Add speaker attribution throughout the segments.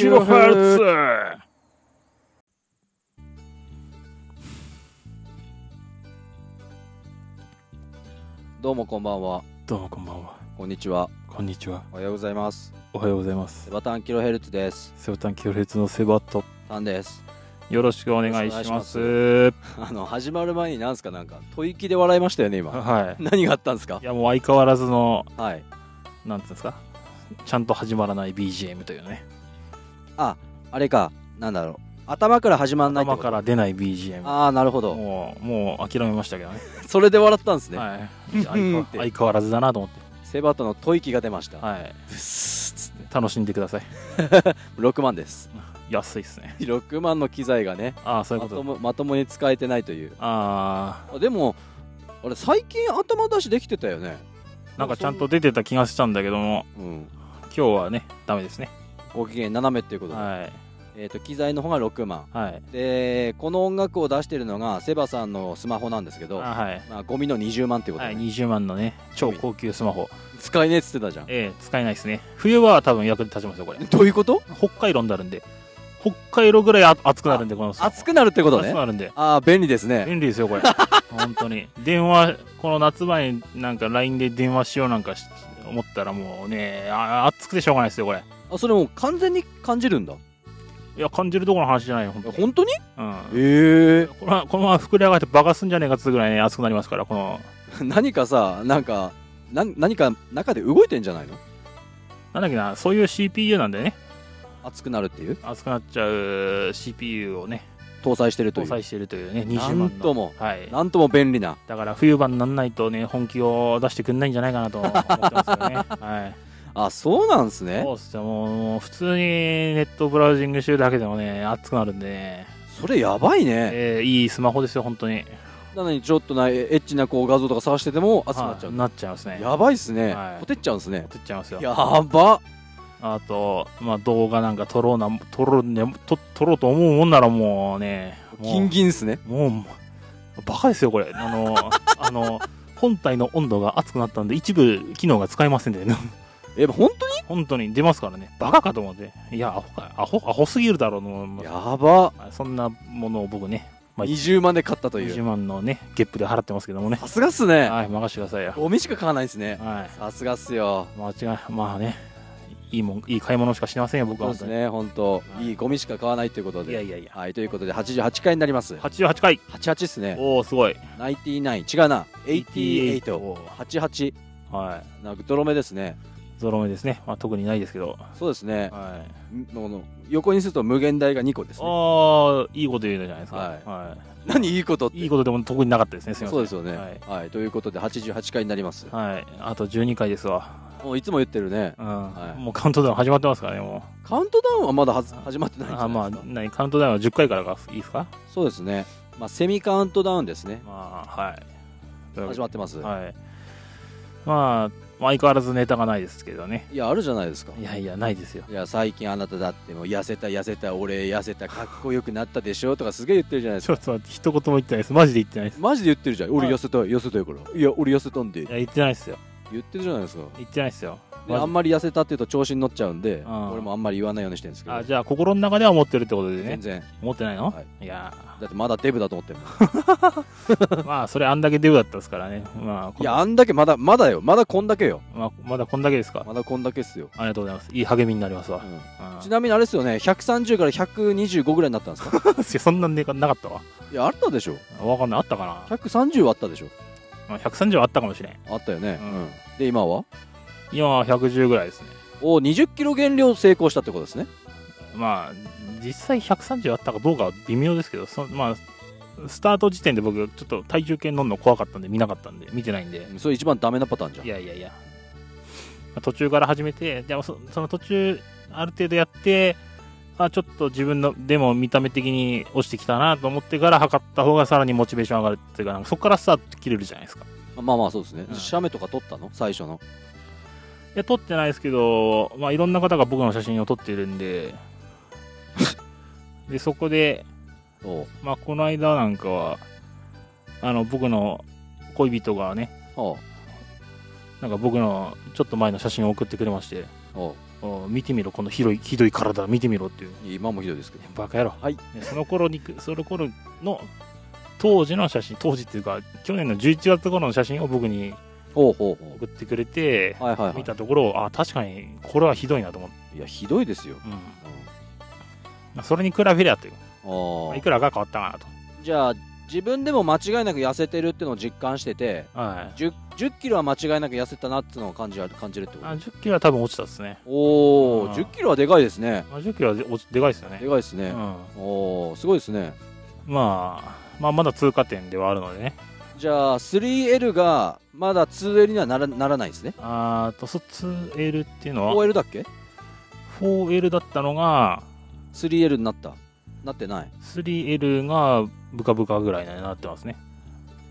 Speaker 1: 13kHz
Speaker 2: どうもこんばんは
Speaker 1: どうもこんばんは
Speaker 2: こんにちは
Speaker 1: こんにちは
Speaker 2: おはようございます
Speaker 1: おはようございます
Speaker 2: セバタンキロヘルツです
Speaker 1: セブタンキロヘッツのセバット
Speaker 2: タンです
Speaker 1: よろしくお願いし
Speaker 2: よろしくお願
Speaker 1: ま
Speaker 2: いし
Speaker 1: す
Speaker 2: あの始まる前になんすかなんか吐息で笑いましたよね 今
Speaker 1: は
Speaker 2: 何があったんですか
Speaker 1: いいやもう相変わらずの
Speaker 2: はい
Speaker 1: なんていうんですかちゃんと始まらない BGM というね
Speaker 2: ああれかなんだろう頭から始まんないって
Speaker 1: 頭
Speaker 2: こと
Speaker 1: から出ない BGM
Speaker 2: ああなるほど
Speaker 1: もうもう諦めましたけどね
Speaker 2: それで笑ったんですね、
Speaker 1: はい相変
Speaker 2: うん
Speaker 1: わ
Speaker 2: って
Speaker 1: 相変わらずだなと思って
Speaker 2: セバタの吐息が出ました、
Speaker 1: はい
Speaker 2: ふっすっつって
Speaker 1: 楽しんでください
Speaker 2: 6万です
Speaker 1: 安いっすね
Speaker 2: 6万の機材がね
Speaker 1: ああそういう
Speaker 2: ま
Speaker 1: こと
Speaker 2: ともまともに使えてないという
Speaker 1: あ
Speaker 2: あでもあれ最近頭出しできてたよね
Speaker 1: あなんかちゃんと出てた気がしたんだけども
Speaker 2: うん
Speaker 1: 今日はねダメですね
Speaker 2: ご機嫌斜めっていうことで、
Speaker 1: はい
Speaker 2: えー、と機材の方が6万
Speaker 1: はい
Speaker 2: でこの音楽を出してるのがセバさんのスマホなんですけど
Speaker 1: あはい、
Speaker 2: まあ、ゴミの20万ってこと
Speaker 1: は
Speaker 2: で、
Speaker 1: い、
Speaker 2: ね
Speaker 1: 20万のね超高級スマホ
Speaker 2: 使えねえっつってたじゃん
Speaker 1: ええ使えないですね冬は多分役に立ちますよこれ
Speaker 2: どういうこと
Speaker 1: 北海道になるんで北海道ぐらいあ暑くなるんでこのスマホ
Speaker 2: 熱くなるってこと
Speaker 1: 暑
Speaker 2: ね
Speaker 1: くなるんで
Speaker 2: ああ便利ですね
Speaker 1: 便利ですよこ れ本当に電話この夏場になんか LINE で電話しようなんかし思ったらもうねあ暑くてしょうがないですよこれ
Speaker 2: あそれもう完全に感じるんだ
Speaker 1: いや感じるところの話じゃないよ本当
Speaker 2: え
Speaker 1: に、
Speaker 2: 本当に
Speaker 1: うん、
Speaker 2: え
Speaker 1: これはこのまま膨れ上がって爆発すんじゃねえかっつうぐらいね熱くなりますからこの
Speaker 2: え 何かさなんかなん何か中で動いてんじゃないの
Speaker 1: なんだっけなそういう CPU なんでね
Speaker 2: 熱くなるっていう
Speaker 1: 熱くなっちゃう CPU をね
Speaker 2: 搭載してるとい
Speaker 1: 搭
Speaker 2: う
Speaker 1: 載してるというね20
Speaker 2: な
Speaker 1: 万の
Speaker 2: んとも
Speaker 1: はい
Speaker 2: なんとも便利な
Speaker 1: だから冬場にならないとね本気を出してくんないんじゃないかなと思ってますよ ね、はい、
Speaker 2: あそうなんすね
Speaker 1: そうっすよもうもう普通にネットブラウジングしてるだけでもね熱くなるんでね、
Speaker 2: それやばいね
Speaker 1: えーいいスマホですよ本当に
Speaker 2: なのにちょっとなエッチなこう画像とか探してても熱くなっちゃう
Speaker 1: はいなっちゃいますね
Speaker 2: やばいっすね
Speaker 1: はい
Speaker 2: ほてっちゃうんすね
Speaker 1: 撮っちゃいますよ
Speaker 2: やば
Speaker 1: あと、まあ、動画なんか撮ろうな撮ろう、ね、撮撮ろうと思うもんならもうね
Speaker 2: ギ
Speaker 1: も
Speaker 2: ンギンっすね
Speaker 1: うもうバカですよこれあのあの本体の温度が熱くなったんで一部機能が使えませんでね
Speaker 2: え本当
Speaker 1: 本当に出ますからねバカかと思っていやアホかアホアホすぎるだろうの
Speaker 2: にやば
Speaker 1: そんなものを僕ね、まあ、
Speaker 2: 20万で買ったとい
Speaker 1: 20
Speaker 2: う
Speaker 1: 万のねゲップで払ってますけどもね
Speaker 2: さすがっすね
Speaker 1: はい任せてくださいよ
Speaker 2: ゴミしか買わないっすね
Speaker 1: は
Speaker 2: さすがっすよ
Speaker 1: い間違いまあねいいもんいい買い物しかしてませんよ僕
Speaker 2: そう
Speaker 1: は
Speaker 2: ですね本当
Speaker 1: はい
Speaker 2: いいゴミしか買わないということ
Speaker 1: 本当にいや
Speaker 2: で
Speaker 1: いやいや
Speaker 2: はいということで88回になります
Speaker 1: 88回
Speaker 2: 88っすね
Speaker 1: おおすごい
Speaker 2: 99違うな
Speaker 1: お
Speaker 2: 88
Speaker 1: ーは
Speaker 2: なんかゾロ目ですね
Speaker 1: いゾロ目ですね、まあ、特にないですけど、はい、
Speaker 2: そうですね
Speaker 1: あ
Speaker 2: のの横にすると無限大が2個ですね
Speaker 1: あいいこと言うじゃないですか、
Speaker 2: はい
Speaker 1: は
Speaker 2: 何いいことって
Speaker 1: い、いいことでも特になかったですねすいません
Speaker 2: そうですよね
Speaker 1: はい、
Speaker 2: はいということで88回になります
Speaker 1: はい、あと12回ですわ
Speaker 2: もういつも言ってるね
Speaker 1: うん
Speaker 2: はい
Speaker 1: もうカウントダウン始まってますからねも
Speaker 2: カウントダウンはまだはず始まって
Speaker 1: う
Speaker 2: ないんじ
Speaker 1: あ
Speaker 2: ゃな
Speaker 1: まあ
Speaker 2: いですか
Speaker 1: 何カウントダウンは10回からかいいですか
Speaker 2: そうですねまあセミカウントダウンですね
Speaker 1: まあはい
Speaker 2: 始まってます
Speaker 1: はいまあ相変わらずネタがないですけどね
Speaker 2: いやあるじゃないですか
Speaker 1: いやいやないですよ
Speaker 2: いや最近あなただってもう痩せた痩せた俺痩せたかっこよくなったでしょとかすげえ言ってるじゃないです
Speaker 1: ちょっと待って一言も言ってないですマジで言ってないです
Speaker 2: かマジで言ってるじゃん俺痩せた痩せたよからいや俺痩せたんで
Speaker 1: いや言ってないですよ
Speaker 2: 言ってるじゃないですか
Speaker 1: 言ってないですよ
Speaker 2: であんまり痩せたっていうと調子に乗っちゃうんで
Speaker 1: うん
Speaker 2: 俺もあんまり言わないようにしてるんですけど
Speaker 1: あじゃあ心の中では思ってるってことでね
Speaker 2: 全然
Speaker 1: 思ってないの、、
Speaker 2: はい
Speaker 1: や
Speaker 2: だってまだデブだと思ってる
Speaker 1: ーまあそれあんだけデブだったですからねまあこ
Speaker 2: いやあんだけまだまだよまだこんだけよ
Speaker 1: まあ、まだこんだけですか、
Speaker 2: まだこんだけっすよ、
Speaker 1: ありがとうございますいい励みになりますわ、
Speaker 2: うん
Speaker 1: うん
Speaker 2: ちなみにあれですよね130から125ぐらいになったんですか
Speaker 1: いやそんなネタなかったわ
Speaker 2: いやあったでしょ
Speaker 1: わかんないあったかな、
Speaker 2: 130はあったでしょ
Speaker 1: まあ、130はあったかもしれん
Speaker 2: あったよね、
Speaker 1: うん
Speaker 2: で今は
Speaker 1: 今は110ぐらいですね
Speaker 2: お2 0キロ減量成功したってことですね
Speaker 1: まあ実際130あったかどうかは微妙ですけどそまあスタート時点で僕ちょっと体重計乗るの怖かったんで見なかったんで見てないんで
Speaker 2: それ一番ダメなパターンじゃん
Speaker 1: いやいやいやまあ途中から始めてでもそその途中ある程度やってあちょっと自分のでも見た目的に落ちてきたなと思ってから測った方がさらにモチベーション上がるっていうかなんかそこからスタート切れるじゃないですか
Speaker 2: まあまあそうですね、
Speaker 1: うん
Speaker 2: 写メとか撮ったの最初の
Speaker 1: いや撮ってないですけど、まあ、いろんな方が僕の写真を撮ってるんで でそこで
Speaker 2: おう
Speaker 1: まあ、この間なんかは、あの、僕の恋人がね、
Speaker 2: おう
Speaker 1: なんか僕のちょっと前の写真を送ってくれまして、
Speaker 2: おう
Speaker 1: お見てみろこの広いひどい体見てみろっていう
Speaker 2: 今もひどいですけ ど
Speaker 1: バカ野郎、
Speaker 2: はい
Speaker 1: ねその頃にその頃の当時の写真当時っていうか去年の11月頃の写真を僕に
Speaker 2: ほうほうほ
Speaker 1: 送ってくれて
Speaker 2: うはいはい
Speaker 1: 見
Speaker 2: は
Speaker 1: たところあ確かにこれはひどいなと思って、
Speaker 2: いいやひどいですよ、
Speaker 1: うんそれに比べりゃという
Speaker 2: うん、あ
Speaker 1: まあ
Speaker 2: あ
Speaker 1: いくらが変わったかなと
Speaker 2: じゃあ自分でも間違いなく痩せてるってのを実感してて
Speaker 1: はい
Speaker 2: 1 0キロは間違いなく痩せたなってのを感じは感じるってこ
Speaker 1: あ
Speaker 2: と
Speaker 1: 10キロは多分落ちたですね
Speaker 2: おお
Speaker 1: うん
Speaker 2: 1 0キロはでかいですね
Speaker 1: まあ10キロはで落ちでかいですよね
Speaker 2: でかいですね、
Speaker 1: う
Speaker 2: おおすごいですね
Speaker 1: ん、まあまあまだ通過点ではあるのでね
Speaker 2: じゃあ 3L がまだ 2L にはならならないですね
Speaker 1: あーとそ 2L っていうのは
Speaker 2: 4L だっけ
Speaker 1: 4L だったのが
Speaker 2: 3L になったなってない
Speaker 1: 3L がブカブカぐらいになってますね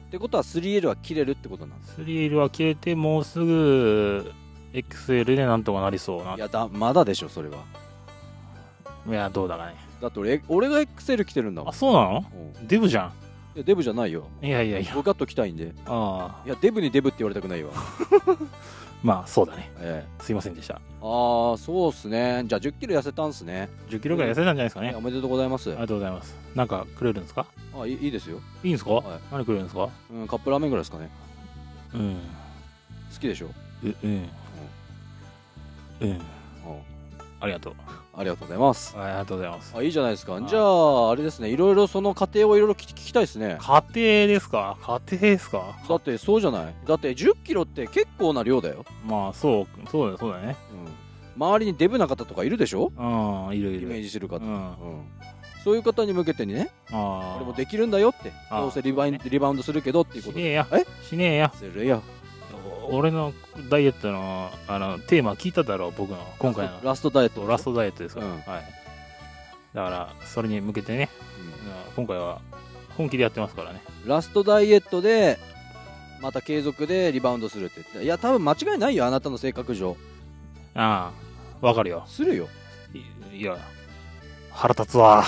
Speaker 2: ってことは 3L は切れるってことなんです
Speaker 1: 3L は消えてもうすぐ XL でなんとかなりそうない
Speaker 2: やだまだでしょそれはい
Speaker 1: やどうだかね
Speaker 2: だって俺俺が XL 着てるんだも
Speaker 1: あ
Speaker 2: ん
Speaker 1: そうなの
Speaker 2: うんい
Speaker 1: デブじゃ
Speaker 2: やデブじゃないよ
Speaker 1: んいやいやいや
Speaker 2: 僕カッと着たいんで
Speaker 1: ああ
Speaker 2: いやデブにデブって言われたくないわ
Speaker 1: まあそうだね
Speaker 2: ええ
Speaker 1: すいませんでした
Speaker 2: ああそうっすねじゃあ1 0キロ痩せたんすね
Speaker 1: 1 0キロぐらい痩せたんじゃないですか
Speaker 2: い
Speaker 1: ね
Speaker 2: やおめでとうございます
Speaker 1: ありがとうございますなんかくれるんですか
Speaker 2: あいいいいですよ、
Speaker 1: いいんですか、
Speaker 2: はい
Speaker 1: 何くれるんですか
Speaker 2: うん、カップラーメンぐらいですかね
Speaker 1: うん
Speaker 2: 好きでしょ、
Speaker 1: ううんうん
Speaker 2: うん、
Speaker 1: ありがとう
Speaker 2: ありがとうございます
Speaker 1: ありがとうございます
Speaker 2: あいいじゃないですか
Speaker 1: い
Speaker 2: じゃああれですねいろいろその過程をいろいろ聞き聞きたいですね
Speaker 1: 家庭ですか家庭ですか
Speaker 2: だってそうじゃないだって1 0キロって結構な量だよ、
Speaker 1: まあそうそうだよそうだよね
Speaker 2: うん、周りにデブな方とかいるでしょ
Speaker 1: うんいるい
Speaker 2: イ
Speaker 1: る
Speaker 2: メージする方、
Speaker 1: うんあ
Speaker 2: うんそういう方に向けてにね
Speaker 1: あ
Speaker 2: 俺もできるんだよって
Speaker 1: あー
Speaker 2: どうせリバイン
Speaker 1: そ
Speaker 2: リバウンドするけどっていう
Speaker 1: し
Speaker 2: こと
Speaker 1: ね
Speaker 2: で
Speaker 1: えや
Speaker 2: え
Speaker 1: しねえや
Speaker 2: するよ
Speaker 1: お俺のダイエットのあのテーマ聞いただろう僕の今回の
Speaker 2: ラストダイエッ
Speaker 1: そ
Speaker 2: ト
Speaker 1: うラストダイエットですから、
Speaker 2: うん
Speaker 1: はいだからそれに向けてね、
Speaker 2: うん
Speaker 1: うん今回は本気でやってますからね
Speaker 2: ラストダイエットでまた継続でリバウンドするって言っていや多分間違いないよあなたの性格上
Speaker 1: ああわかるよ
Speaker 2: するよ
Speaker 1: いいや腹立つわ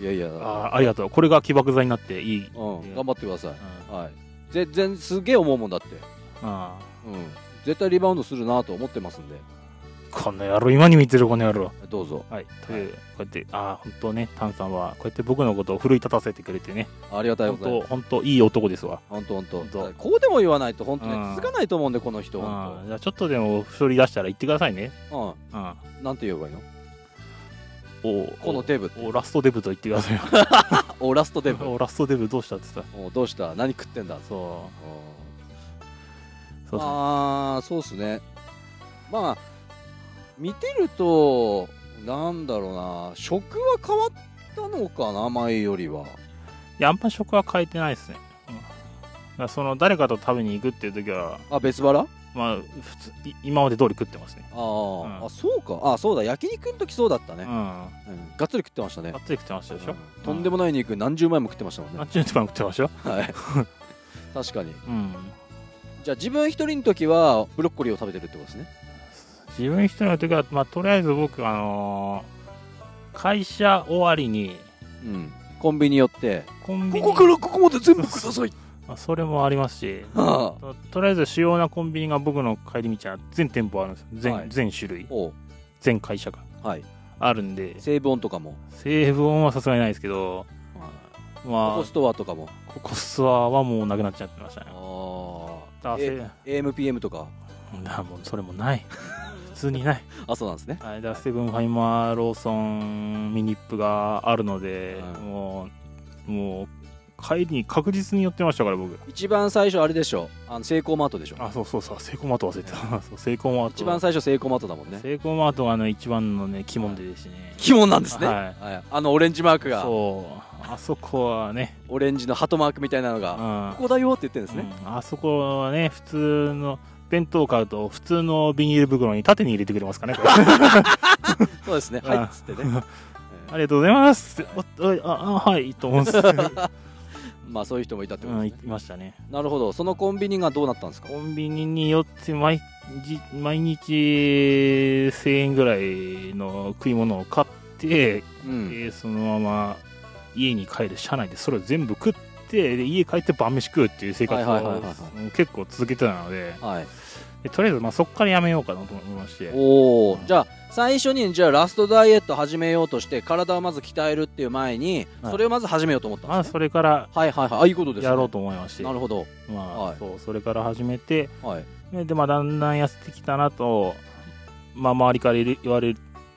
Speaker 2: いやいや
Speaker 1: ああありがとうこれが起爆剤になっていい、うん
Speaker 2: うん、
Speaker 1: や
Speaker 2: 頑張ってください、
Speaker 1: あ
Speaker 2: はい、全然すげえ思うもんだって、
Speaker 1: あ
Speaker 2: うん、絶対リバウンドするなと思ってますんで
Speaker 1: この野郎今に見てるこの野郎
Speaker 2: どうぞ
Speaker 1: はい、という、こうやって、ああ、本当ね、タンさんは、こうやって僕のことを奮い立たせてくれてね、
Speaker 2: ありがたい
Speaker 1: 本
Speaker 2: ございま
Speaker 1: 当、
Speaker 2: す
Speaker 1: 本当、いい男ですわ。
Speaker 2: 本当本当
Speaker 1: 本当
Speaker 2: こうでも言わないと本当
Speaker 1: うん
Speaker 2: ね続かないと思うんでこの人
Speaker 1: ああ
Speaker 2: 本
Speaker 1: じゃあ、ちょっとでも、振り出したら言ってくださいね。
Speaker 2: 当
Speaker 1: うん。
Speaker 2: うんなんて言えばいいの
Speaker 1: おう
Speaker 2: このデブって
Speaker 1: おうラストデブと言ってくださいよ。
Speaker 2: おラストデブ
Speaker 1: おうラストデブどうしたって言って
Speaker 2: おどうした何食ってんだ
Speaker 1: た。そ
Speaker 2: うん
Speaker 1: う。そうそ
Speaker 2: ああそうっすねまあ見てるとなんだろうな食は変わったのかな前よりは
Speaker 1: う。いや、あんま食は変えてないですね。うんだからその、誰かと食べに行くっていう時は、
Speaker 2: あ別腹あ
Speaker 1: まあ、普通、い今まで通り食ってますね。
Speaker 2: あー、
Speaker 1: うん
Speaker 2: あそうかあそうだ焼肉の時そうだった
Speaker 1: う
Speaker 2: ね
Speaker 1: ん。、が
Speaker 2: うんがっつり食ってましたね
Speaker 1: っつり食ってましたでしょ。
Speaker 2: うんとんでもない肉何十枚も食ってましたもんね
Speaker 1: あっちの一番食ってましたよ。
Speaker 2: はい 確かに
Speaker 1: うん。
Speaker 2: じゃあ自分一人の時はブロッコリーを食べてるってことですね
Speaker 1: 自分一人の時は、まあ、とりあえず僕、あのー会社終わりに
Speaker 2: うんコンビニ寄って
Speaker 1: コンビ
Speaker 2: こ
Speaker 1: ニ
Speaker 2: こからここまで全部ください
Speaker 1: まあ、それもありますし
Speaker 2: は あ
Speaker 1: ととりあえず主要なコンビニが僕の帰り道は全店舗あるんですよ全,、
Speaker 2: はい
Speaker 1: 全種類
Speaker 2: おう
Speaker 1: 全会社が
Speaker 2: はい
Speaker 1: あるんで
Speaker 2: 成分とかも、
Speaker 1: セーブ音はさすがにないですけど
Speaker 2: はい
Speaker 1: ま
Speaker 2: コストアとかも
Speaker 1: あココスワはもうなくなっちゃってましたね
Speaker 2: あ
Speaker 1: だ
Speaker 2: あ
Speaker 1: からセ
Speaker 2: AMPM とか
Speaker 1: なもうそれもない 普通にない
Speaker 2: あそうなんですね
Speaker 1: あれだセブンファイマーローソンミニップがあるので、
Speaker 2: はい
Speaker 1: もうもう帰りに確実に寄ってましたから僕
Speaker 2: 一番最初あれでしょあのセイコーマートでしょ
Speaker 1: あそうそうそうセイコーマート忘れてた そうセイコーマート
Speaker 2: 一番最初セイコーマートだもんね
Speaker 1: セイコーマートがあの一番のね鬼門でですね、
Speaker 2: 鬼門なんですね、
Speaker 1: は
Speaker 2: はいあのオレンジマークが
Speaker 1: そうあそこはね、
Speaker 2: オレンジのハトマークみたいなの
Speaker 1: う
Speaker 2: が
Speaker 1: ん
Speaker 2: ここだよって言ってるんですね、
Speaker 1: うんあそこはね普通の弁当買うと普通のビニール袋に縦に入れてくれ ますかねこれ
Speaker 2: そうですね
Speaker 1: うん
Speaker 2: はいっつってね、え
Speaker 1: ありがとうございますおおいああはいと思うんです
Speaker 2: ーまあそういう人もいたって
Speaker 1: う
Speaker 2: ことで
Speaker 1: ん行
Speaker 2: すね
Speaker 1: き、ましたね
Speaker 2: なるほどそのコンビニがどうなったんですか
Speaker 1: コンビニによって毎日毎日1000円ぐらいの食い物を買って、
Speaker 2: うん
Speaker 1: でそのまま家に帰る車内でそれを全部食ってで家帰って晩飯食うっていう生活
Speaker 2: はいはいはいはい
Speaker 1: を
Speaker 2: は
Speaker 1: 結構続けてたので
Speaker 2: はい
Speaker 1: でとりあえずまあそこからやめようかなと思いまして
Speaker 2: おおじゃあ最初にじゃあラストダイエット始めようとして体をまず鍛えるっていう前に
Speaker 1: はい
Speaker 2: それをまず始めようと思ったん
Speaker 1: まあ
Speaker 2: ですね
Speaker 1: それから
Speaker 2: はいはいはいあいいことですね
Speaker 1: やろうと思いまして
Speaker 2: なるほど
Speaker 1: まあ、
Speaker 2: はい
Speaker 1: そうそれから始めて
Speaker 2: はい
Speaker 1: ねでまあだんだん痩せてきたなとまあ周りから言え言われ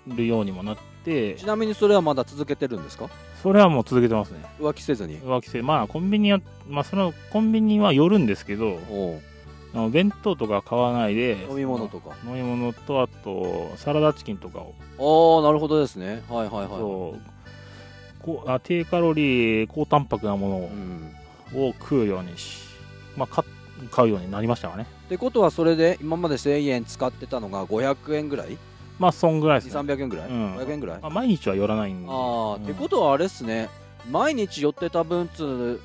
Speaker 1: るようにもなって
Speaker 2: ちなみにそれはまだ続けてるんですか
Speaker 1: それはもう続けてますね
Speaker 2: 浮気せずに
Speaker 1: 浮気性まあコンビニはまあそのコンビニは寄るんですけど
Speaker 2: おう
Speaker 1: あの弁当とか買わないで
Speaker 2: 飲み物とか
Speaker 1: 飲み物とあとサラダチキンとかを、
Speaker 2: ああなるほどですねはいはいは
Speaker 1: そうこうあ低カロリー高タンパクな
Speaker 2: い、う
Speaker 1: も
Speaker 2: ん、
Speaker 1: のを食うようにし、まあ、か買うようになりましたかね
Speaker 2: ってことはそれで今まで1000円使ってたのが500円ぐらい
Speaker 1: まあそんぐらいですね、
Speaker 2: 2300円ぐらい、
Speaker 1: うん
Speaker 2: 500円ぐらい
Speaker 1: ま
Speaker 2: あ
Speaker 1: あ、毎日は寄らないんで
Speaker 2: あー、
Speaker 1: うん
Speaker 2: ってことはあれですね毎日寄ってた分つう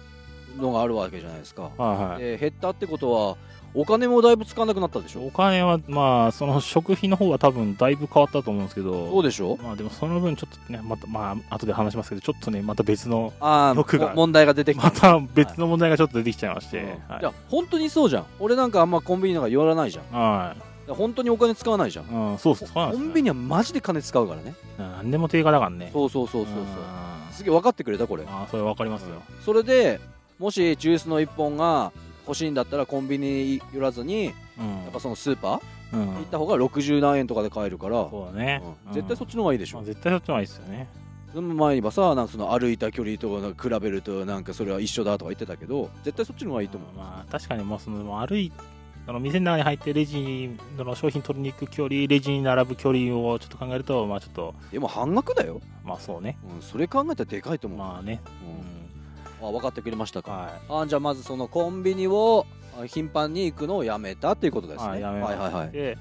Speaker 2: のがあるわけじゃないですか
Speaker 1: はいはい
Speaker 2: で減ったってことはお金もだいぶつかなくなったでしょ
Speaker 1: お金はまあその食費の方は多分だいぶ変わったと思うんですけど
Speaker 2: そうでしょ
Speaker 1: まあでもその分ちょっとねまたまあ後で話しますけどちょっとねまた別の
Speaker 2: ああも
Speaker 1: 欲が
Speaker 2: 問題が出てきた、
Speaker 1: また別の問題がちょっと出てきちゃいまし
Speaker 2: う
Speaker 1: て、
Speaker 2: ん
Speaker 1: はい
Speaker 2: じゃあ本当にそうじゃん俺なんかあんまコンビニなんか寄らないじゃんだか
Speaker 1: は
Speaker 2: ら本当にお金使わないじゃん
Speaker 1: い、うん、そうそうそうなんで
Speaker 2: コ
Speaker 1: すね
Speaker 2: ンビニはマジで金使うからね
Speaker 1: 何でも定価だからね
Speaker 2: そうそうそうそうそう
Speaker 1: あ
Speaker 2: すげえ分かってくれたこれ
Speaker 1: あーそれ分かりますよ、
Speaker 2: それでもしジュースの1本が欲しいんだったらコンビニ寄らずにや
Speaker 1: うん
Speaker 2: っぱそのスーパー
Speaker 1: うん
Speaker 2: 行った方が60何円とかで買えるから、
Speaker 1: そうだね、
Speaker 2: うん絶対そっ
Speaker 1: ち
Speaker 2: ちの方がいいでしょ、
Speaker 1: 絶対そっちの方がいいですよね
Speaker 2: その前にはさなんかその歩いた距離となんか比べるとなんかそれは一緒だとか言ってたけど絶対そっちの方がいいと思う、
Speaker 1: まあ確かにもうその歩いあの店の中に入ってレジの商品取りに行く距離レジに並ぶ距離をちょっと考えるとまあちょっと
Speaker 2: でも半額だよ、
Speaker 1: まあそうね
Speaker 2: うん、それ考えたらでかいと思う、
Speaker 1: まあね、
Speaker 2: う
Speaker 1: う
Speaker 2: ん
Speaker 1: ん、
Speaker 2: あ分かってくれましたか、
Speaker 1: は
Speaker 2: あじゃあまずそのコンビニをあ頻繁に行くのをやめたっていうことですね
Speaker 1: あやめま
Speaker 2: は
Speaker 1: し
Speaker 2: い
Speaker 1: た
Speaker 2: はいはい
Speaker 1: いで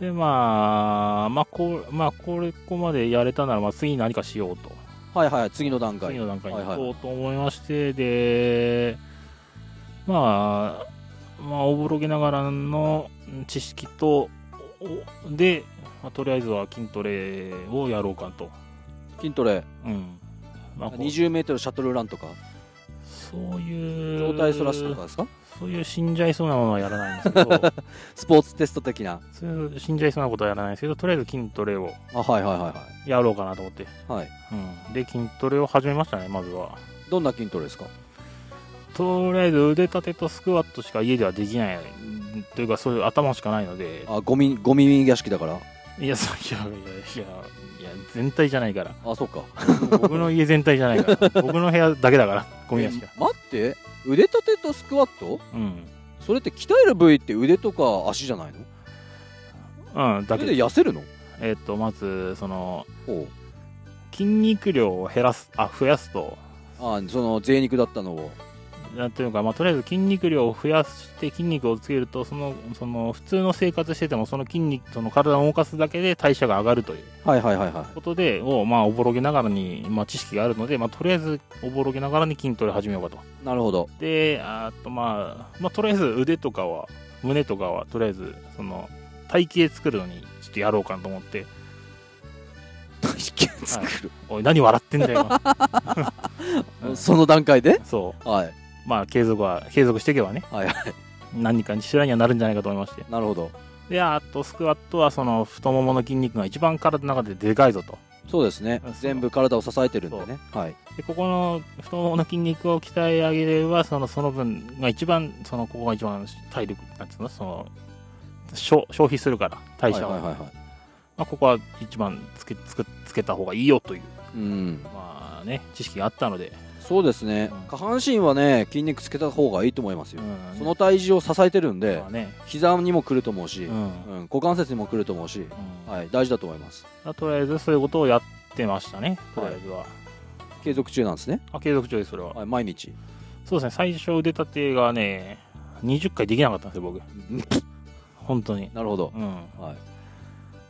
Speaker 1: でまあまあこうまあこれここまでやれたならまあ次に何かしようと
Speaker 2: はいはい次の段階
Speaker 1: 次の段階に行
Speaker 2: はい
Speaker 1: こ
Speaker 2: は
Speaker 1: うと思いまして、でまあまあおぼろげながらのうん知識とおで、まあ、とりあえずは筋トレをやろうかと、
Speaker 2: 筋トレ
Speaker 1: うんまあ、こう
Speaker 2: 20m シャトルランとか
Speaker 1: そういう
Speaker 2: 状態そらしとかですか
Speaker 1: そういう死んじゃいそうなものはやらないんですけど
Speaker 2: スポーツテスト的な
Speaker 1: そういう死んじゃいそうなことはやらないんですけどとりあえず筋トレを
Speaker 2: あはいはいは
Speaker 1: やろうかなと思って、
Speaker 2: いはいはい
Speaker 1: うん、で筋トレを始めましたねまずは
Speaker 2: どんな筋トレですか
Speaker 1: とりあえず腕立てとスクワットしか家ではできないというかそういう頭しかないので
Speaker 2: あゴミゴミ屋敷だから
Speaker 1: いやそういやいやいやいや全体じゃない から
Speaker 2: あそっか
Speaker 1: 僕の家全体じゃないから僕の部屋だけだからゴミ屋敷が
Speaker 2: え待って腕立てとスクワット
Speaker 1: うん
Speaker 2: それって鍛える部位って腕とか足じゃないの
Speaker 1: うん
Speaker 2: そ
Speaker 1: だけ
Speaker 2: れで
Speaker 1: で
Speaker 2: 痩せるの
Speaker 1: えっ、とまずその
Speaker 2: おう
Speaker 1: 筋肉量を減らすあ増やすと
Speaker 2: あその贅肉だったのを
Speaker 1: なんていうのか、まあ、とりあえず筋肉量を増やして筋肉をつけるとそのその普通の生活しててもその筋肉その体を動かすだけで代謝が上がるという
Speaker 2: はいはいはいはい
Speaker 1: ことでを、まあ、おぼろげながらに、まあ、知識があるので、まあ、とりあえずおぼろげながらに筋トレ始めようかと。
Speaker 2: なるほど
Speaker 1: であと、まあ、まあとりあえず腕とかは胸とかはとりあえずその体型作るのにちょっとやろうかなと思って
Speaker 2: 体型作る、
Speaker 1: おい何笑ってんだよ今うん
Speaker 2: その段階で、
Speaker 1: そ
Speaker 2: はい、
Speaker 1: うまあ継続は継続していけばね
Speaker 2: はいは
Speaker 1: 何かにしらにはなるんじゃないかと思いまして
Speaker 2: いなるほど
Speaker 1: であとスクワットはその太ももの筋肉が一番体の中ででかいぞと
Speaker 2: そうですね
Speaker 1: そう
Speaker 2: 全部体を支えてるんでねはい
Speaker 1: でここの太ももの筋肉を鍛え上げればそのその分が一番そのここが一番体力なんつうのその消消費するから代謝を、
Speaker 2: はいはいはいはい
Speaker 1: まあ、ここは一番つけつけつけた方がいいよという、
Speaker 2: うん
Speaker 1: まあね、知識があったので、
Speaker 2: そうですね
Speaker 1: うん
Speaker 2: 下半身はね筋肉つけた方がいいと思いますよ、
Speaker 1: うん
Speaker 2: その体重を支えてるんで、
Speaker 1: まあね
Speaker 2: 膝にも来ると思うし、
Speaker 1: う
Speaker 2: うん
Speaker 1: ん
Speaker 2: 股関節にも来ると思うし、
Speaker 1: うん
Speaker 2: はい、大事だと思います
Speaker 1: まあとりあえずそういうことをやってましたね、とりあえずは。
Speaker 2: 継続中なんですね、
Speaker 1: あ継続中です、それは。
Speaker 2: はい、毎日
Speaker 1: そうですね、最初腕立てがね、20回できなかったんですよ、僕、本当に。
Speaker 2: なるほど、
Speaker 1: うん、
Speaker 2: は